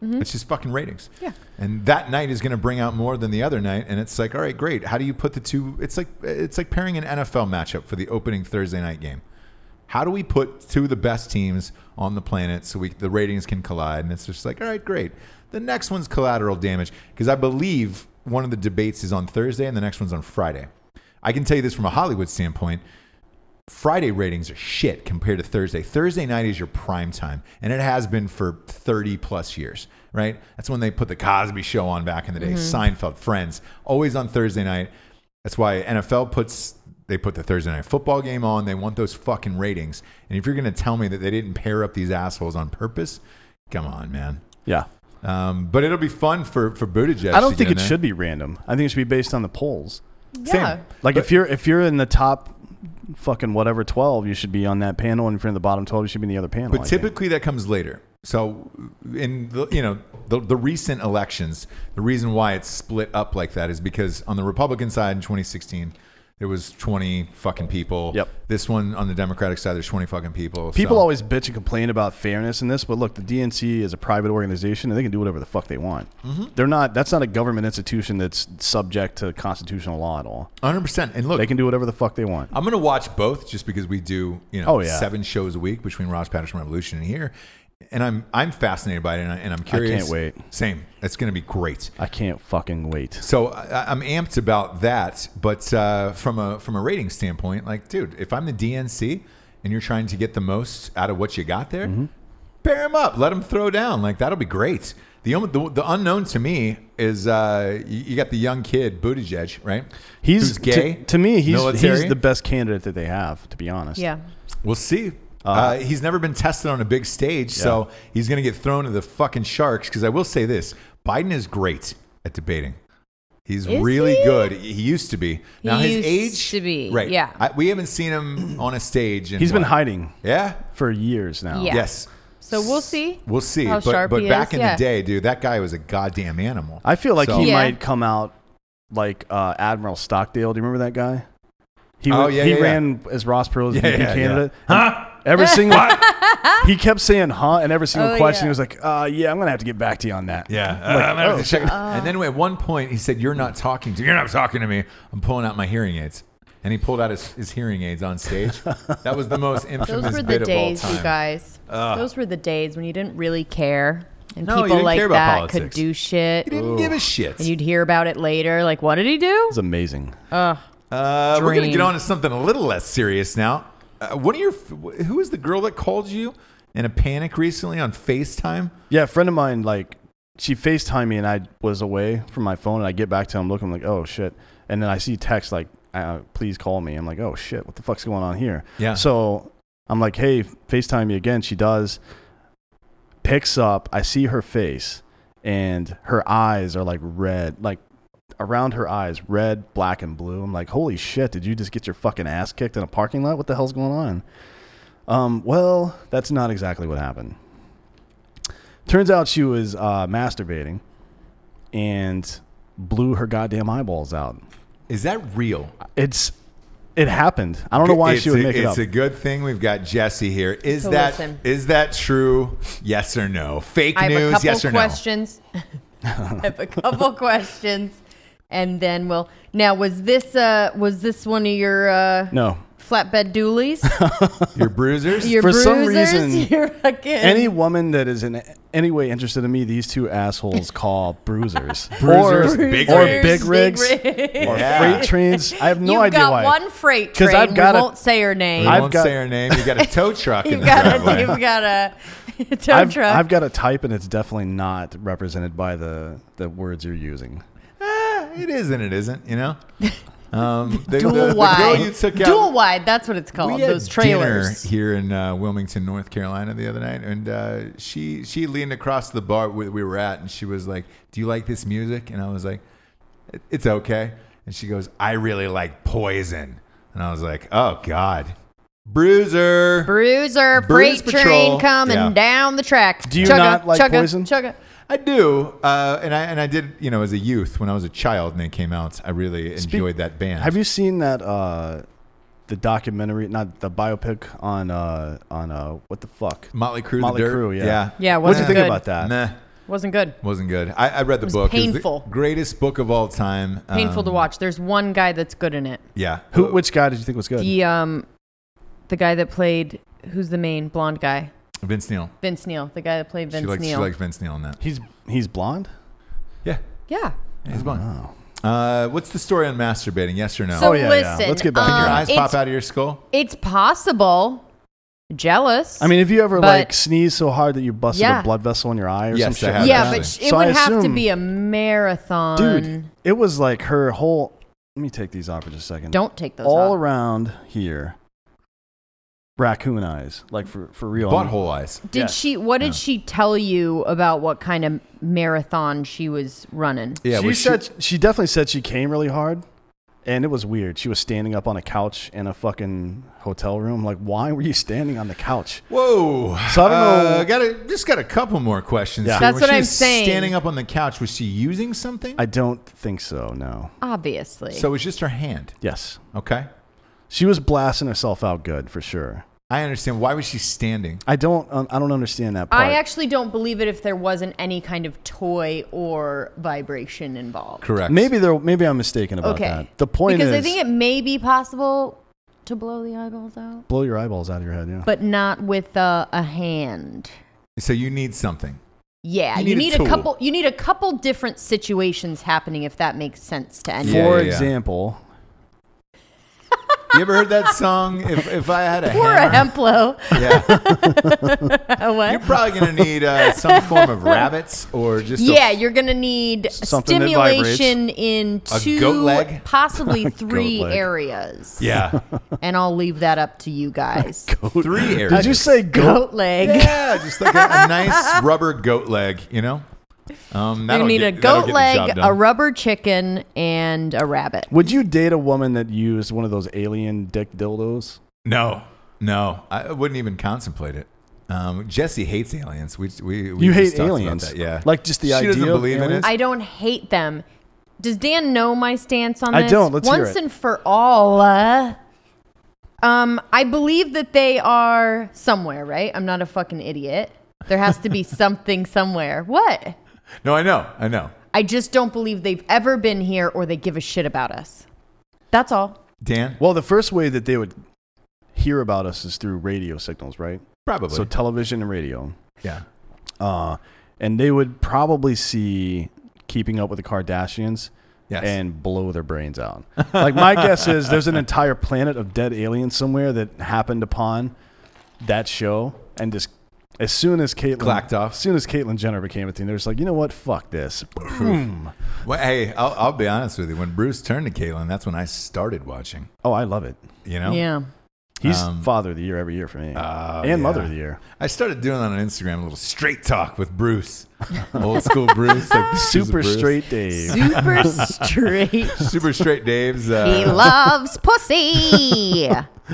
It's just fucking ratings. Yeah. And that night is going to bring out more than the other night, and it's like, all right, great. How do you put the two? It's like it's like pairing an NFL matchup for the opening Thursday night game. How do we put two of the best teams on the planet so we the ratings can collide? And it's just like, all right, great. The next one's collateral damage because I believe one of the debates is on Thursday and the next one's on Friday. I can tell you this from a Hollywood standpoint. Friday ratings are shit compared to Thursday. Thursday night is your prime time, and it has been for 30 plus years, right? That's when they put the Cosby show on back in the day, Seinfeld, Friends, always on Thursday night. That's why NFL puts they put the Thursday night football game on. They want those fucking ratings. And if you're going to tell me that they didn't pair up these assholes on purpose, come on, man. Yeah. Um, but it'll be fun for for Buttigieg. I don't to get think in it there. should be random. I think it should be based on the polls. Yeah. Like if you're if you're in the top fucking whatever 12, you should be on that panel and if you're in the bottom 12, you should be in the other panel. I But think. typically that comes later. So in the, you know the, the recent elections, the reason why it's split up like that is because on the Republican side in 2016 there was 20 fucking people. Yep. This one on the Democratic side there's 20 fucking people. People So- always bitch and complain about fairness in this, but look, the DNC is a private organization and they can do whatever the fuck they want. They're not. That's not a government institution that's subject to constitutional law at all. 100% and They look can do whatever the fuck they want. I'm gonna watch both just because we do you know Oh, yeah. seven shows a week between Ross Patterson Revolution and here, and I'm I'm fascinated by it and, I, and I'm can't curious. wait. Same, it's gonna be great. I can't fucking wait. So I, I'm amped about that, but uh, from a from a rating standpoint, like, dude, if I'm the DNC and you're trying to get the most out of what you got there, pair him up, let him throw down. Like that'll be great. The only- the, the unknown to me is uh, you, you got the young kid Buttigieg, right? He's Who's gay. To, to me, he's military. he's the best candidate that they have. To be honest. Yeah. We'll see. Uh-huh. Uh, he's never been tested on a big stage, so he's going to get thrown to the fucking sharks. Because I will say this Biden is great at debating. He's Is really he? good. He used to be. Now his used age to be, right? yeah. I, we haven't seen him on a stage. In He's been what? hiding Yeah. for years now. Yeah. um, Yes. So we'll see. We'll see. How but sharp but he back is, in yeah. the day, dude, that guy was a goddamn animal. I feel like So- he Yeah. might come out like uh, Admiral Stockdale. Do you remember that guy? He Oh, was- yeah, he yeah, yeah. ran as Ross Perot's Yeah, VP yeah, yeah. candidate. Huh? Every single he kept saying huh, and every single Oh, question yeah. he was like, uh, "Yeah, I'm gonna have to get back to you on that." Yeah, uh, I'm gonna have oh. to check. and then at one point, he said, "You're not talking to. You're not talking to me. I'm pulling out my hearing aids." And he pulled out his, his hearing aids on stage. that was the most infamous Those were the bit days, of all you time. guys. Those were the days when you didn't really care, and No, you people didn't like care about that could politics. do shit. He didn't give a shit. And you'd hear about it later. Like, what did he do? It's amazing. Uh, we're gonna get dream. on to something a little less serious now. Uh, one of your who was the girl that called you in a panic recently on Facetime? Yeah, a friend of mine like she FaceTimed me and I was away from my phone and I get back to him looking I'm like, "Oh shit." And then I see text like, uh, "Please call me." I'm like, "Oh shit, what the fuck's going on here?" Yeah. So, I'm like, "Hey, FaceTime me again." She does picks up, I see her face and her eyes are like red, like around her eyes, red, black and blue. I'm like, "Holy shit, did you just get your fucking ass kicked in a parking lot? What the hell's going on?" Um, well, that's not exactly what happened. Turns out she was uh, masturbating and blew her goddamn eyeballs out. Is that real? It's it happened. I don't know why it's she would a, make it it's up. a good thing we've got Jesse here. Is So that is listen. that true? Yes or no? Fake I have a news? couple Yes or no? questions. I have a couple questions, and then we'll. Now, was this uh was this one of your uh, no. flatbed doolies? Your bruisers? Your For bruisers? some reason, your fucking Any woman that is in any way interested in me, these two assholes call bruisers. Bruisers, or, big or rigs. big rigs, or Yeah. freight trains. I have no You've idea got why. one freight 'Cause train. I've got we a- won't say her name. We I've won't got- say her name. You got a tow truck in you've the got a, driveway. you've got a tow I've, truck. I've got a type, and it's definitely not represented by the the words you're using. Ah, Eh, it is and it isn't, you know? Um, the, the- the Dual girl you wide. took out- Dual wide. That's what it's called. we had Those trailers. dinner here in uh, Wilmington, North Carolina, the other night, and uh, she she leaned across the bar where we were at, and she was like, "Do you like this music?" And I was like, "It- "It's okay." And she goes, "I really like Poison," and I was like, "Oh God, Bruiser." Bruiser Bruise freight Patrol, train coming yeah. down the tracks. Do you chugga, not like chugga, Poison? Chugga. I do, uh, and I and I did, you know, as a youth when I was a child, and they came out. I really Speak- enjoyed that band. Have you seen that uh the documentary, not the biopic on uh on uh what the fuck? Motley Crue? Motley the Dirt? Crue, yeah. Yeah, it What'd you wasn't think good. about that? Nah, Wasn't good. wasn't good. I, I read the was book. It was the painful. greatest book of all time. Painful Um, to watch. There's one guy that's good in it. Yeah. Who? Which guy did you think was good? The um, the guy that played who's the main blonde guy, Vince Neil. Vince Neal. The guy that played Vince she likes Neil. she likes Vince Neil in that. He's he's blonde. Yeah. Oh, yeah. He's fun. Uh, what's the story on masturbating? Yes or no? So Oh, yeah, yeah. listen, Let's get back to um, your Your eyes it's, pop out of your skull. It's possible. Jealous. I mean, if you ever But- like sneeze so hard that you busted Yeah. a blood vessel in your eye or Yes, some I shit, have like yeah, actually. but sh- it So I would have to assume- be a marathon. that. dude, it was like her whole. Let me take these off for just a second. don't take those all off. around here, raccoon eyes, like for for real. Butthole eyes. Did Yes. she? What did she tell you about what kind of marathon she was running? Yeah. she was said she, definitely said she came really hard, and it was weird. She was standing up on a couch in a fucking hotel room. Like, why were you standing on the couch? Whoa! So I don't know- Uh, got a, just got a couple more questions. Yeah. here. That's When what she I'm was saying. Standing up on the couch, was she using something? I don't think so. No. Obviously. so it was just her hand. Yes, Okay, she was blasting herself out good for sure. I understand. Why was she standing? I don't. Um, I don't understand that part. I actually don't believe it if there wasn't any kind of toy or vibration involved. Correct. Maybe there. Maybe I'm mistaken about Okay. that. The point because is, I think it may be possible to blow the eyeballs out, blow your eyeballs out of your head. Yeah. but not with a, a hand. So you need something. Yeah, You you need, need a a, tool. couple. You need a couple different situations happening if that makes sense to anyone. Yeah, For yeah, yeah. example, You ever heard that song? If if I had a Poor hammer, Hemplo. yeah, What? you're probably gonna need uh, some form of rabbits or just a- yeah, you're gonna need something that vibrates. stimulation in A two, goat leg? possibly three leg. areas. yeah, and I'll leave that up to you guys. three areas. did you say goat? goat leg. Yeah, just like a, a nice rubber goat leg, you know. Um, You that'll need get- a that'll goat get the job leg, done. a rubber chicken, and a rabbit. Would you date a woman that used one of those alien dick dildos? No, no, I wouldn't even contemplate it. Um, Jesse hates aliens. We we, we you just hate talked about aliens, that, yeah. Like just the She idea. doesn't of believe in aliens? it? I don't hate them. Does Dan know my stance on I this? don't. Let's hear Once it. and for all. Uh, um, I believe that they are somewhere, right? I'm not a fucking idiot. There has to be something somewhere. What? no, I know, I know. I just don't believe they've ever been here or they give a shit about us. That's all. Dan, Well, the first way that they would hear about us is through radio signals, right? probably. So television and radio. yeah, Uh, and they would probably see Keeping Up with the Kardashians yes. and blow their brains out. like my guess is there's an entire planet of dead aliens somewhere that happened upon that show and just as soon as Caitlyn Clacked off. as soon as Caitlyn Jenner became a thing, they're just like, you know what? Fuck this. Boom. well, hey, I'll, I'll be honest with you. When Bruce turned to Caitlin, that's when I started watching. Oh, I love it. You know, Yeah. He's Um, father of the year every year for me, Oh, and yeah. mother of the year. I started doing that on Instagram, a little straight talk with Bruce, old school Bruce, like this is Super Bruce. straight Dave. Super straight. super straight Dave's. Uh, He loves pussy.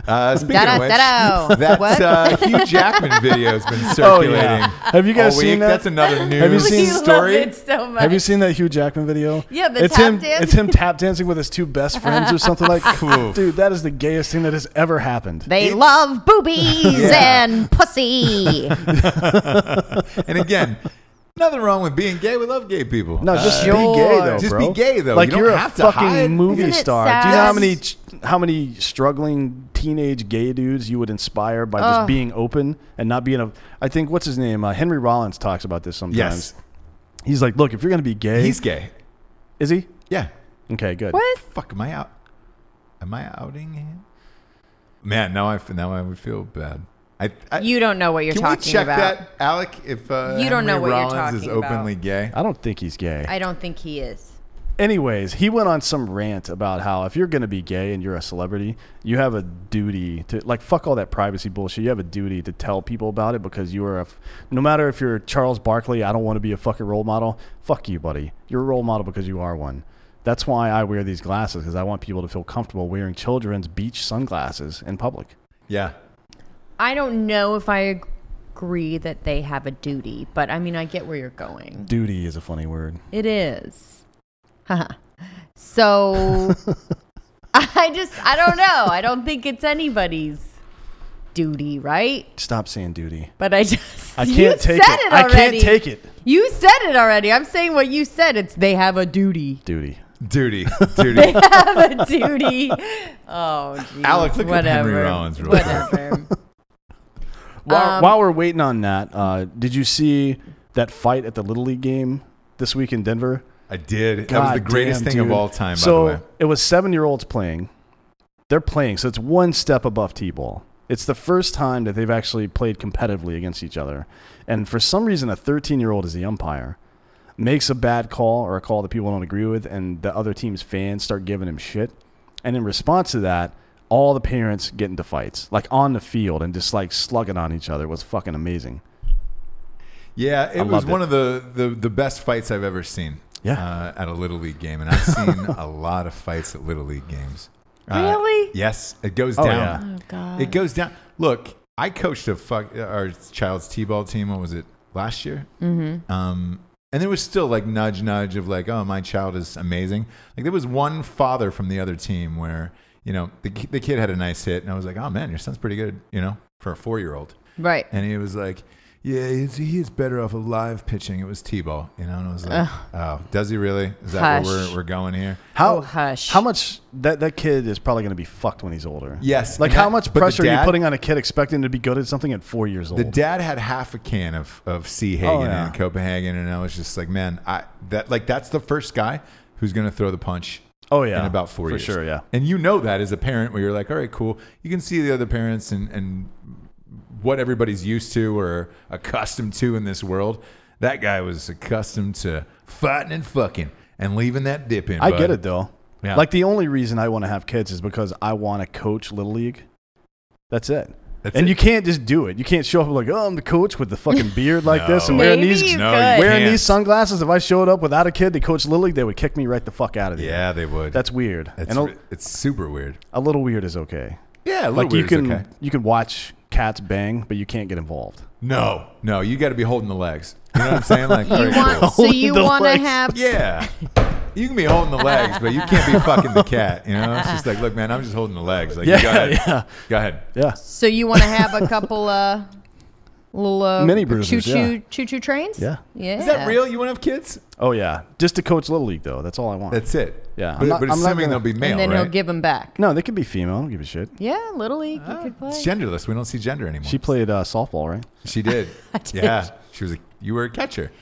Uh, speaking of which, Da-da-da-da. that What? uh, Hugh Jackman video has been Oh, circulating. yeah. Have you guys all seen week. that? That's another news Have you seen- You love story. it so much. Have you seen that Hugh Jackman video? Yeah, the it's tap him, dance. It's him tap dancing with his two best friends or something like. Oof. Dude, that is the gayest thing that has ever happened. They It's- love boobies Yeah. and pussy. and again, nothing wrong with being gay. We love gay people. No, Uh, just Sure. be gay though, Just bro. be gay, though. Like You don't are have a to fucking hide. movie Isn't it star. Do you know how sad? many ch- how many struggling teenage gay dudes you would inspire by just Ugh. being open and not being a? I think what's his name? Uh, Henry Rollins talks about this sometimes. yes, He's like, look, if you're gonna be gay, he's gay. is he? Yeah. Okay, good. what? Fuck, am I out? Am I outing him? Man, now I f- now I would feel bad. I, I You don't know what you're can we talking check about. that, Alec? If uh, You don't Henry know what you're Rollins is talking about. openly gay. I don't think he's gay. I don't think he is. Anyways, he went on some rant about how if you're going to be gay and you're a celebrity, you have a duty to like fuck all that privacy bullshit. You have a duty to tell people about it because you are a f- no matter if you're Charles Barkley, I don't want to be a fucking role model. Fuck you, buddy. You're a role model because you are one. That's why I wear these glasses because I want people to feel comfortable wearing children's beach sunglasses in public. Yeah. I don't know if I agree that they have a duty, but I mean, I get where you're going. Duty is a funny word. It is. Haha. so I just I don't know. I don't think it's anybody's duty, right? Stop saying duty. But I just I you can't take said it. it. I already. can't take it. You said it already. I'm saying what you said. It's they have a duty. Duty. Duty. Duty. They have a duty. Oh, geez. Alex, look at Henry Whatever. Rollins real quick. Whatever. While, Um, while we're waiting on that, uh, did you see that fight at the Little League game this week in Denver? I did. that was the God greatest damn, thing of dude. all time, So by the way. it was seven year olds playing. They're playing, so it's one step above T ball. It's the first time that they've actually played competitively against each other. And for some reason, a 13 year old is the umpire, makes a bad call or a call that people don't agree with, and the other team's fans start giving him shit. And in response to that, all the parents get into fights, like on the field, and just like slugging on each other. It was fucking amazing. Yeah, it was loved one it. of the, the, the best fights I've ever seen. Yeah. Uh, at a little league game, and I've seen a lot of fights at little league games. Uh, Really? Yes, it goes Oh, down. yeah. Oh God. It goes down. Look, I coached a fuck our child's t-ball team. What was it last year? Mm-hmm. Um, and there was still like nudge, nudge of like, oh, my child is amazing. Like there was one father from the other team where you know the ki- the kid had a nice hit, and I was like, oh man, your son's pretty good, you know, for a four year old. right. And he was like, yeah, he's, he is better off alive pitching. It was t-ball, you know. And I was like, oh, does he really? Is that Hush. where we're, we're going here? How Oh, hush. How much that that kid is probably going to be fucked when he's older. Yes, Like and how that- much but the pressure are you dad- putting on a kid expecting to be good at something at four years old? The dad had half a can of of Sea Hagen Oh, yeah. in Copenhagen, and I was just like, man, I that like that's the first guy who's gonna throw the punch. Oh, yeah. in about four For years, sure, yeah. And you know that as a parent, where you're like, all right, cool. You can see the other parents and and what everybody's used to or accustomed to in this world. That guy was accustomed to fighting and fucking and leaving that dip in. I bud. get it though. Yeah. Like the only reason I want to have kids is because I want to coach little league. That's it. That's and it. you can't just do it. You can't show up like, oh, I'm the coach with the fucking beard like this and wearing Maybe these you No, could. wearing can't. these sunglasses. If I showed up without a kid to coach little league, they would kick me right the fuck out of there. Yeah, they would. that's weird. It's, and a, re- it's super weird. a little weird is okay. Yeah, Like you can Okay. you can watch cats bang, but you can't get involved. No, no, you got to be holding the legs. You know what I'm saying? Like, all You right, want, so Only you the want to legs. have Yeah. You can be holding the legs, but you can't be fucking the cat. You know, it's just like, look, man, I'm just holding the legs. Like, Yeah, you go ahead. yeah. Go ahead. Yeah. so you want to have a couple uh little uh, Mini bruisers, choo-choo yeah. choo-choo trains? Yeah. Yeah. Is that real? You want to have kids? Oh yeah, just to coach little league though. That's all I want. That's it. Yeah. But, I'm not- but I'm not assuming gonna- they'll be male, And then right? he'll give them back. no, they could be female. I don't give a shit. Yeah, little league you could play. it's genderless. We don't see gender anymore. She She, played uh, softball, right? did. did. Yeah. She was a, you were a catcher.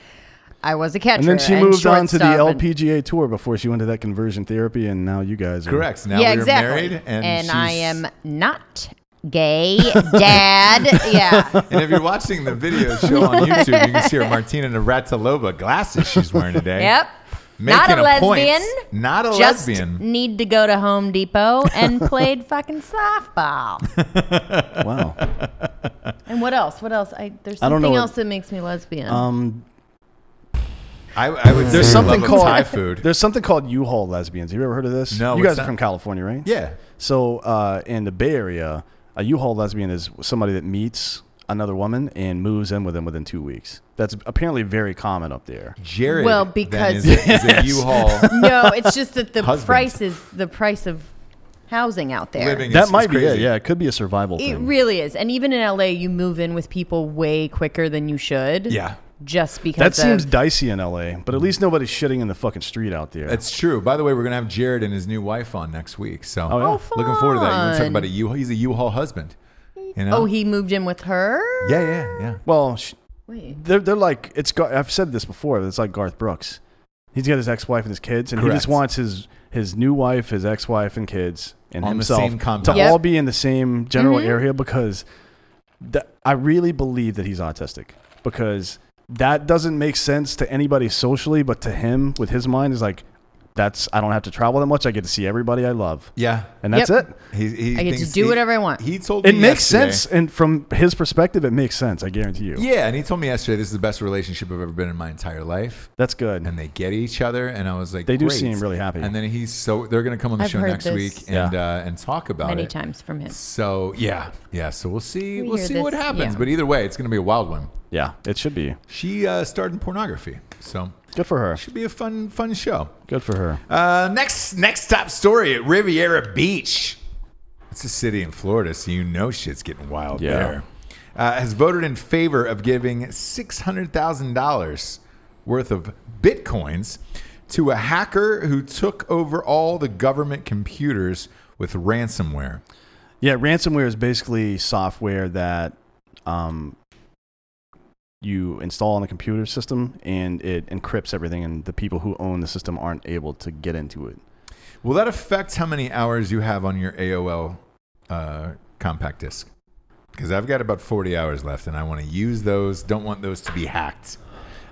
I was a catcher. And then she moved on to the shortstop and- LPGA tour before she went to that conversion therapy, and now you guys are Correct. So Now yeah, we're exactly. married. And, I she's- am not gay, dad. yeah. And if you're watching the video show on YouTube, you can see her Martina Navratilova glasses she's wearing today. Yep. Making Not a lesbian. Point. Not a Just lesbian. need to go to Home Depot and played fucking softball. Wow. And what else? What else? I there's something I don't know what- else that makes me lesbian. Um, I, I would there's say something love of called Thai food. There's something called U-Haul lesbians. Have you ever heard of this? No, You what's guys that? are from California, right? yeah, So uh, in the Bay Area, a U-Haul lesbian is somebody that meets another woman and moves in with them within two weeks. That's apparently very common up there. Jared. Well, then because- is, a- is a U-Haul no, it's just that the Husband. price is the price of housing out there. living. that is, might is be it. crazy. Yeah, it could be a survival It thing. really is. And even in LA, you move in with people way quicker than you should. Yeah. Just because that seems of, dicey in LA, but at least nobody's shitting in the fucking street out there. That's true. By the way, we're gonna have Jared and his new wife on next week. So yeah. Oh, fun. looking forward to that. You want to talk about a U? He's a U-Haul husband. You know? Oh, he moved in with her? yeah, yeah, yeah. well, sh- Wait. they're they're like it's. Gar- I've said this before. But it's like Garth Brooks. He's got his ex-wife and his kids, and he Correct. just wants his his new wife, his ex-wife and kids, and On the himself same compound. to Yep. Mm-hmm. all be in the same general area because that I really believe that he's autistic because that doesn't make sense to anybody socially, but to him with his mind is like that's I don't have to travel that much. I get to see everybody I love, Yeah. and that's Yep. it. He, he I get to thinks- do he- whatever I want. He told It me makes yesterday- sense, and from his perspective, it makes sense. I guarantee you. Yeah, and he told me yesterday this is the best relationship I've ever been in my entire life. That's good. And they get each other, and I was like, They do "Great." seem really happy. And then he's so they're going to come on the I've show heard next this. week and uh, and talk about many it. times from him. So yeah, yeah. So we'll see. We We will hear see this, what happens. yeah. But either way, it's going to be a wild one. yeah, it should be She uh, starred in pornography, so good for her. should be a fun fun show. Good for her. Uh, next next top story at Riviera Beach. It's a city in Florida, so you know shit's getting wild Yeah. there. Uh, has voted in favor of giving six hundred thousand dollars worth of bitcoins to a hacker who took over all the government computers with ransomware. Yeah, ransomware is basically software that um, you install on a computer system, and it encrypts everything, and the people who own the system aren't able to get into it. Will that affect how many hours you have on your AOL uh, compact disc? Because I've got about 40 hours left and I want to use those. Don't want those to be hacked.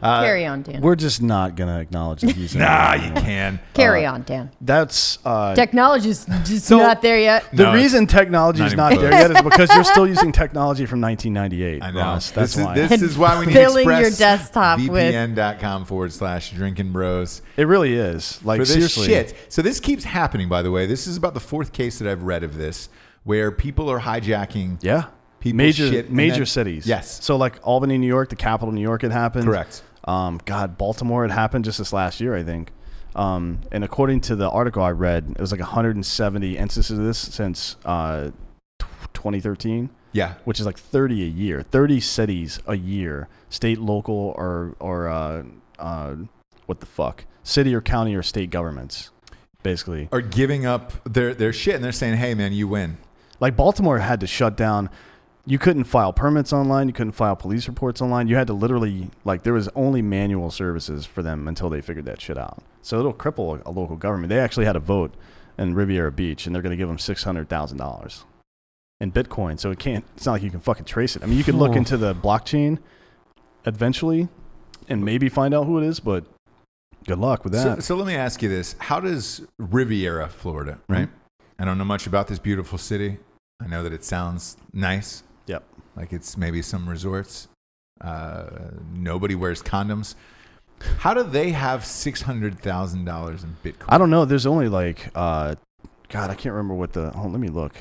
Carry on, Dan. Uh, We're uh, just not gonna acknowledge that he's Nah, you can. Carry on, Dan. That's uh, Technology's just So- not there yet. the No, it's reason technology is not not even there yet is because you're still using technology from 1998. I know. Ross. That's this is- why this is why we need Filling your Express desktop with- VPN.com forward slash drinking bros it really is. Like for this seriously, shit. So this keeps happening, by the way. This is about the fourth case that I've read of this where people are hijacking. yeah. People's major shit and major then- cities. Yes. So like Albany, New York, the capital of New York, it happened. Correct. Um, God, Baltimore, it happened just this last year, I think. Um, and according to the article I read, it was like 170 instances of this since uh, tw- 2013. Yeah. which is like 30 a year, 30 cities a year, state, local, or or uh, uh, what the fuck, city or county or state governments, basically. Are giving up their, their shit and they're saying, hey, man, you win. Like Baltimore had to shut down. You couldn't file permits online. You couldn't file police reports online. You had to literally like there was only manual services for them until they figured that shit out. So it'll cripple a, a local government. They actually had a vote in Riviera Beach, and they're going to give them six hundred thousand dollars in Bitcoin. So it can't. It's not like you can fucking trace it. I mean, you can look into the blockchain eventually, and maybe find out who it is. But good luck with So, that. so let me ask you this: How does Riviera, Florida, Mm-hmm. right? I don't know much about this beautiful city. I know that it sounds nice, yep. like it's maybe some resorts. Uh, nobody wears condoms. How do they have six hundred thousand dollars in Bitcoin? I don't know. There's only like, uh, God, I can't remember what the. Hold, let me look.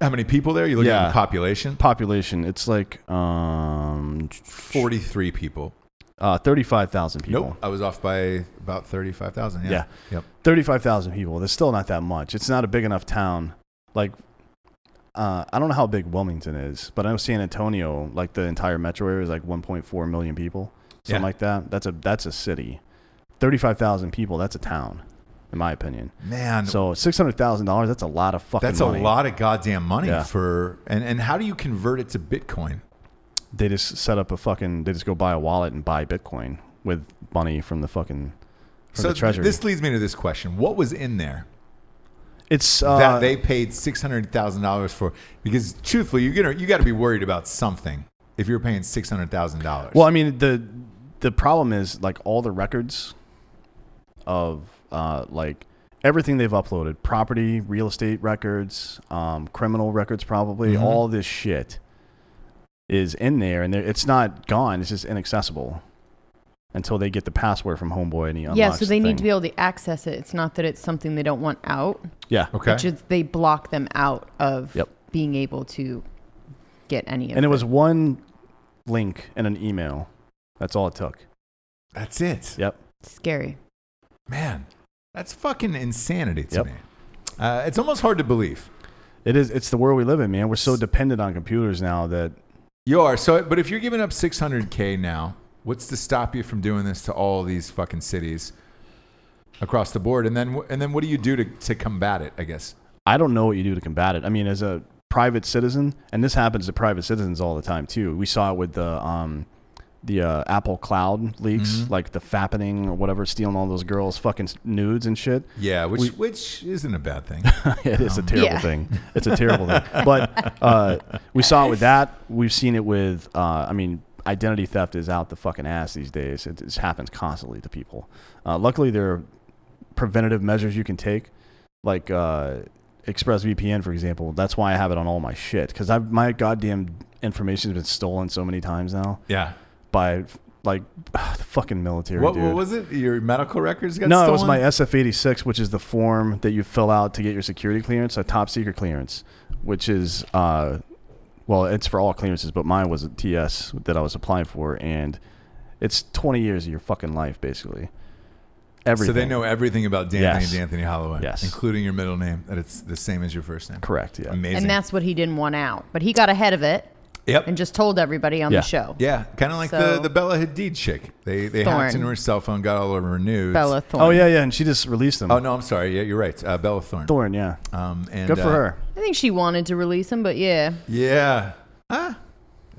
How many people there? You looking at Yeah. the population? population it's like um Forty-three people. uh 35,000 people. Nope, I was off by about thirty-five thousand. Yeah. Yeah. Yep. 35,000 people. That's still not that much. It's not a big enough town. Like uh I don't know how big Wilmington is, but I know San Antonio, like the entire metro area is like 1.4 million people. Something Yeah. like that. That's a that's a city. 35,000 people, that's a town in my opinion. Man, So $600,000, that's a lot of fucking that's money. a lot of goddamn money Yeah. for. And and how do you convert it to Bitcoin? They just set up a fucking they just go buy a wallet and buy Bitcoin with money from the fucking from So the th- treasury. this leads me to this question: What was in there? it's uh, that they paid six hundred thousand dollars for. Because truthfully, you're gonna you got to be worried about something if you're paying six hundred thousand dollars. Well, I mean the the problem is like all the records of uh, like everything they've uploaded, property, real estate records, um, criminal records, probably Mhm. all this shit is in there, and they're- it's not gone. It's just inaccessible until they get the password from Homeboy and he unlocks. Yeah, so they the need to thing. be able to access it. It's not that it's something they don't want out. Yeah. okay. It's just they block them out of Yep. being able to get any of And it was one link and an email. That's all it took. that's it, Yep. scary. man. That's fucking insanity to Yep. me. Uh, it's almost hard to believe. It is. It's the world we live in, man. We're so dependent on computers now that You are so, but if you're giving up six hundred k now, what's to stop you from doing this to all these fucking cities across the board? And then wh- and then what do you do to to combat it? I guess. I don't know what you do to combat it. I mean, as a private citizen, and this happens to private citizens all the time too. We saw it with the um, the uh, Apple Cloud leaks, like the fappening or whatever, stealing all those girls' fucking nudes and shit. Yeah, which which isn't a bad thing. it is a terrible Yeah. thing. It's a terrible thing. But uh, we saw it with that. We've seen it with. Uh, I mean, identity theft is out the fucking ass these days. It just happens constantly to people. Uh, luckily, there are preventative measures you can take, like uh, ExpressVPN, for example. That's why I have it on all my shit because I've my goddamn information has been stolen so many times now Yeah. by like the fucking military. What, dude. what was it? Your medical records got no, stolen? it was my SF86, which is the form that you fill out to get your security clearance, a top secret clearance, which is, uh, well, it's for all clearances, but mine was a TS that I was applying for, and it's 20 years of your fucking life, basically. Everything. So they know everything about D'Anthony Yes. D'Anthony Holloway, Yes. including your middle name, that it's the same as your first name. Correct. Yeah. Amazing. And that's what he didn't want out. But he got ahead of it yep. and just told everybody on Yeah. the show. yeah, kind of like So- the, the Bella Hadid chick. They they hacked Thorne. into her cell phone, got all over her news. Bella Thorne. Oh yeah, yeah, and she just released them. Oh no, I'm sorry. Yeah, you're right. Uh, Bella Thorne. Thorn, yeah. Um, and, Good for uh, her. I think she wanted to release him, but yeah. Yeah. Ah,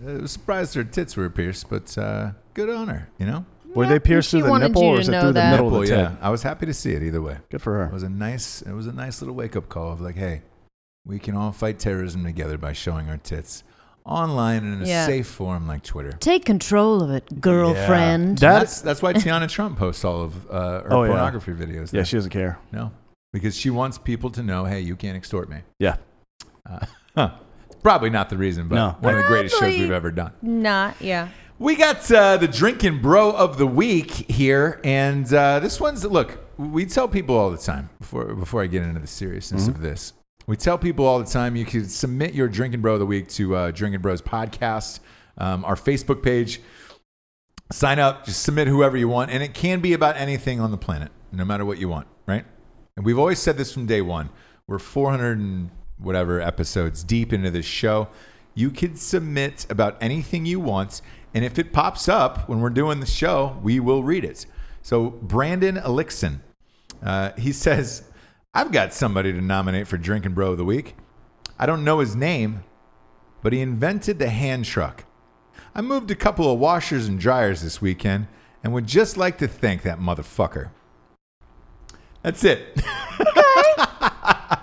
I was surprised her tits were pierced, but uh, good on her. You know, Were they pierced she through the wanted nipple you or to is it know through the that. middle Nipple, of the yeah. tit? I was happy to see it either way. Good for It her. was a nice. It was a nice little wake up call of like, hey, we can all fight terrorism together by showing our tits online and in a Yeah. safe form like Twitter. Take control of it, girlfriend. That- that's that's why Tiana Trump posts all of uh, her Oh, yeah. pornography videos. Yeah, there. she doesn't care. no, because she wants people to know, hey, you can't extort me. Yeah. Uh, huh. Probably not the reason, but No. one of the greatest shows Probably. we've ever done. Not, yeah. We got uh, the drinking bro of the week here, and uh, this one's look. We tell people all the time before before I get into the seriousness of this. We tell people all the time you can submit your drinking bro of the week to uh, Drinking Bros podcast, um, our Facebook page. Sign up, just submit whoever you want, and it can be about anything on the planet, no matter what you want, right? And we've always said this from day one. We're 400 and whatever episodes deep into this show. You could submit about anything you want. And if it pops up when we're doing the show, we will read it. So, Brandon Elixon, uh, he says, I've got somebody to nominate for Drinking Bro of the Week. I don't know his name, but he invented the hand truck. I moved a couple of washers and dryers this weekend and would just like to thank that motherfucker. That's it.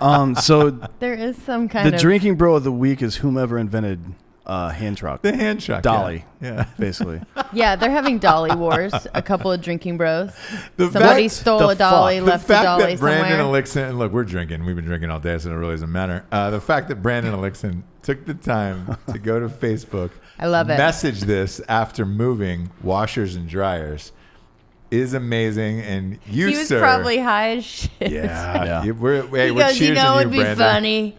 Um, so There is some kind the of drinking bro of the week is whomever invented uh, hand truck, The hand truck. Dolly. Yeah. basically. Yeah, they're having dolly wars. A couple of drinking bros. The Somebody fact- stole the a dolly, fuck- the left a fact dolly that Brandon somewhere. Elixon, and look, we're drinking. We've been drinking all day, so it really doesn't matter. Uh, the fact that Brandon Elixon took the time to go to Facebook, I love it. message this after moving washers and dryers is amazing. And you, he was sir, probably high as shit. yeah, Yeah. you- we're, hey, He we're goes, you cheersing know, it'd be Brandon. funny.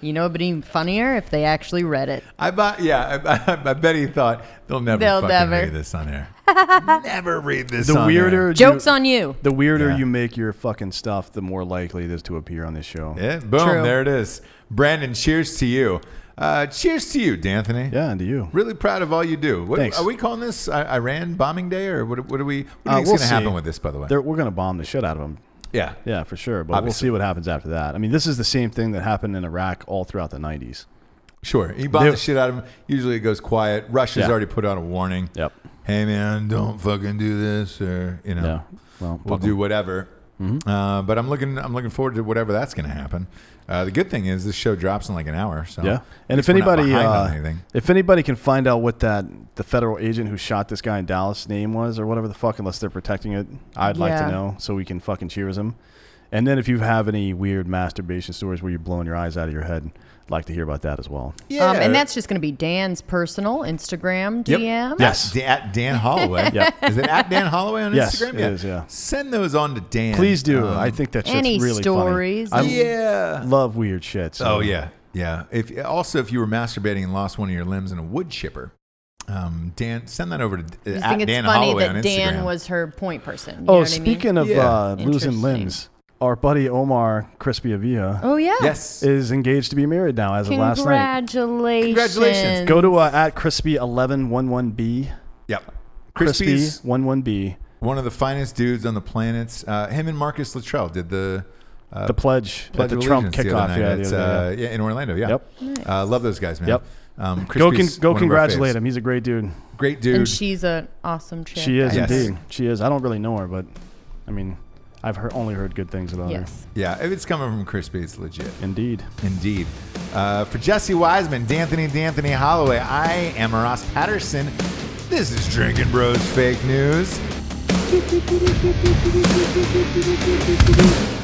You know, it'd be even funnier if they actually read it. I bought, yeah, I, I, I bet he thought they'll never They'll fucking never. read this on air. never read this. The on weirder you- Joke's on you. The weirder Yeah. you make your fucking stuff, the more likely it is to appear on this show. air. Yeah, Eh, boom, True. there it is. Brandon, cheers to you. Uh, cheers to you, D'Anthony. Yeah, and to you. Really proud of all you do. What, Thanks. Are we calling this I- Iran bombing day, or what? What are we? What's Uh, going we'll to see. happen with this? By the way, They're, we're gonna bomb the shit out of them. yeah, Yeah, for sure. But Obviously. we'll see what happens after that. I mean, this is the same thing that happened in Iraq all throughout the '90s. sure. You bomb They- the shit out of him. Usually it goes quiet. Russia's Yeah. already put out a warning. Yep. Hey man, don't fucking do this, or you know, Yeah. we'll Well, fuck Mm-hmm. 'em. do whatever. Uh, but I'm looking. I'm looking forward to whatever that's going to happen. Uh, the good thing is this show drops in like an hour. So Yeah. at And least if we're not anybody, behind on uh, anything. if anybody can find out what that the federal agent who shot this guy in Dallas name was, or whatever the fuck, unless they're protecting it, I'd like Yeah. to know so we can fucking cheers him. And then if you have any weird masturbation stories where you're blowing your eyes out of your head, I'd like to hear about that as well. Um, and that's just going to be Dan's personal Instagram DM. Yes. Da- At Dan Holloway. Yep. Is it at Dan Holloway on Yes, Instagram? it is, yeah. Send those on to Dan. Please do. Um, I think that shit's any really stories? Funny. I yeah. love weird shit. so- Oh yeah, yeah. If also if you were masturbating and lost one of your limbs in a wood chipper, um, Dan, send that over to uh, You at think it's Dan funny Holloway on that Dan Instagram. was her point person? You know Oh, what speaking I mean? of Yeah. uh, losing Interesting. limbs, our buddy Omar Crispiavilla Oh yeah. yes. is engaged to be married now as of last night. Congratulations. Congratulations. Go to uh, at crispy eleven one one b yep. crispy Crispy's one one b one of the finest dudes on the planet. Uh, him and Marcus Luttrell did the uh, the pledge, Pledge at of the Trump Allegiance the other kickoff. night Yeah, at, the other uh, day. yeah, in Orlando. Yeah. Yep. Uh, love those guys, man. Yep. Um, go Crispy's con- go one of our congratulate faves. him. He's a great dude. Great dude. And she's an awesome chick. She is Yes. indeed. She is. I don't really know her, but I mean, I've heard, only heard good things about Yes. yeah, if it's coming from Crispy, it's legit. her. Indeed. Indeed. Uh, for Jesse Wiseman, D'Anthony D'Anthony Holloway, I am Ross Patterson. This is Drinking Bros Fake News. Beep, Thank you.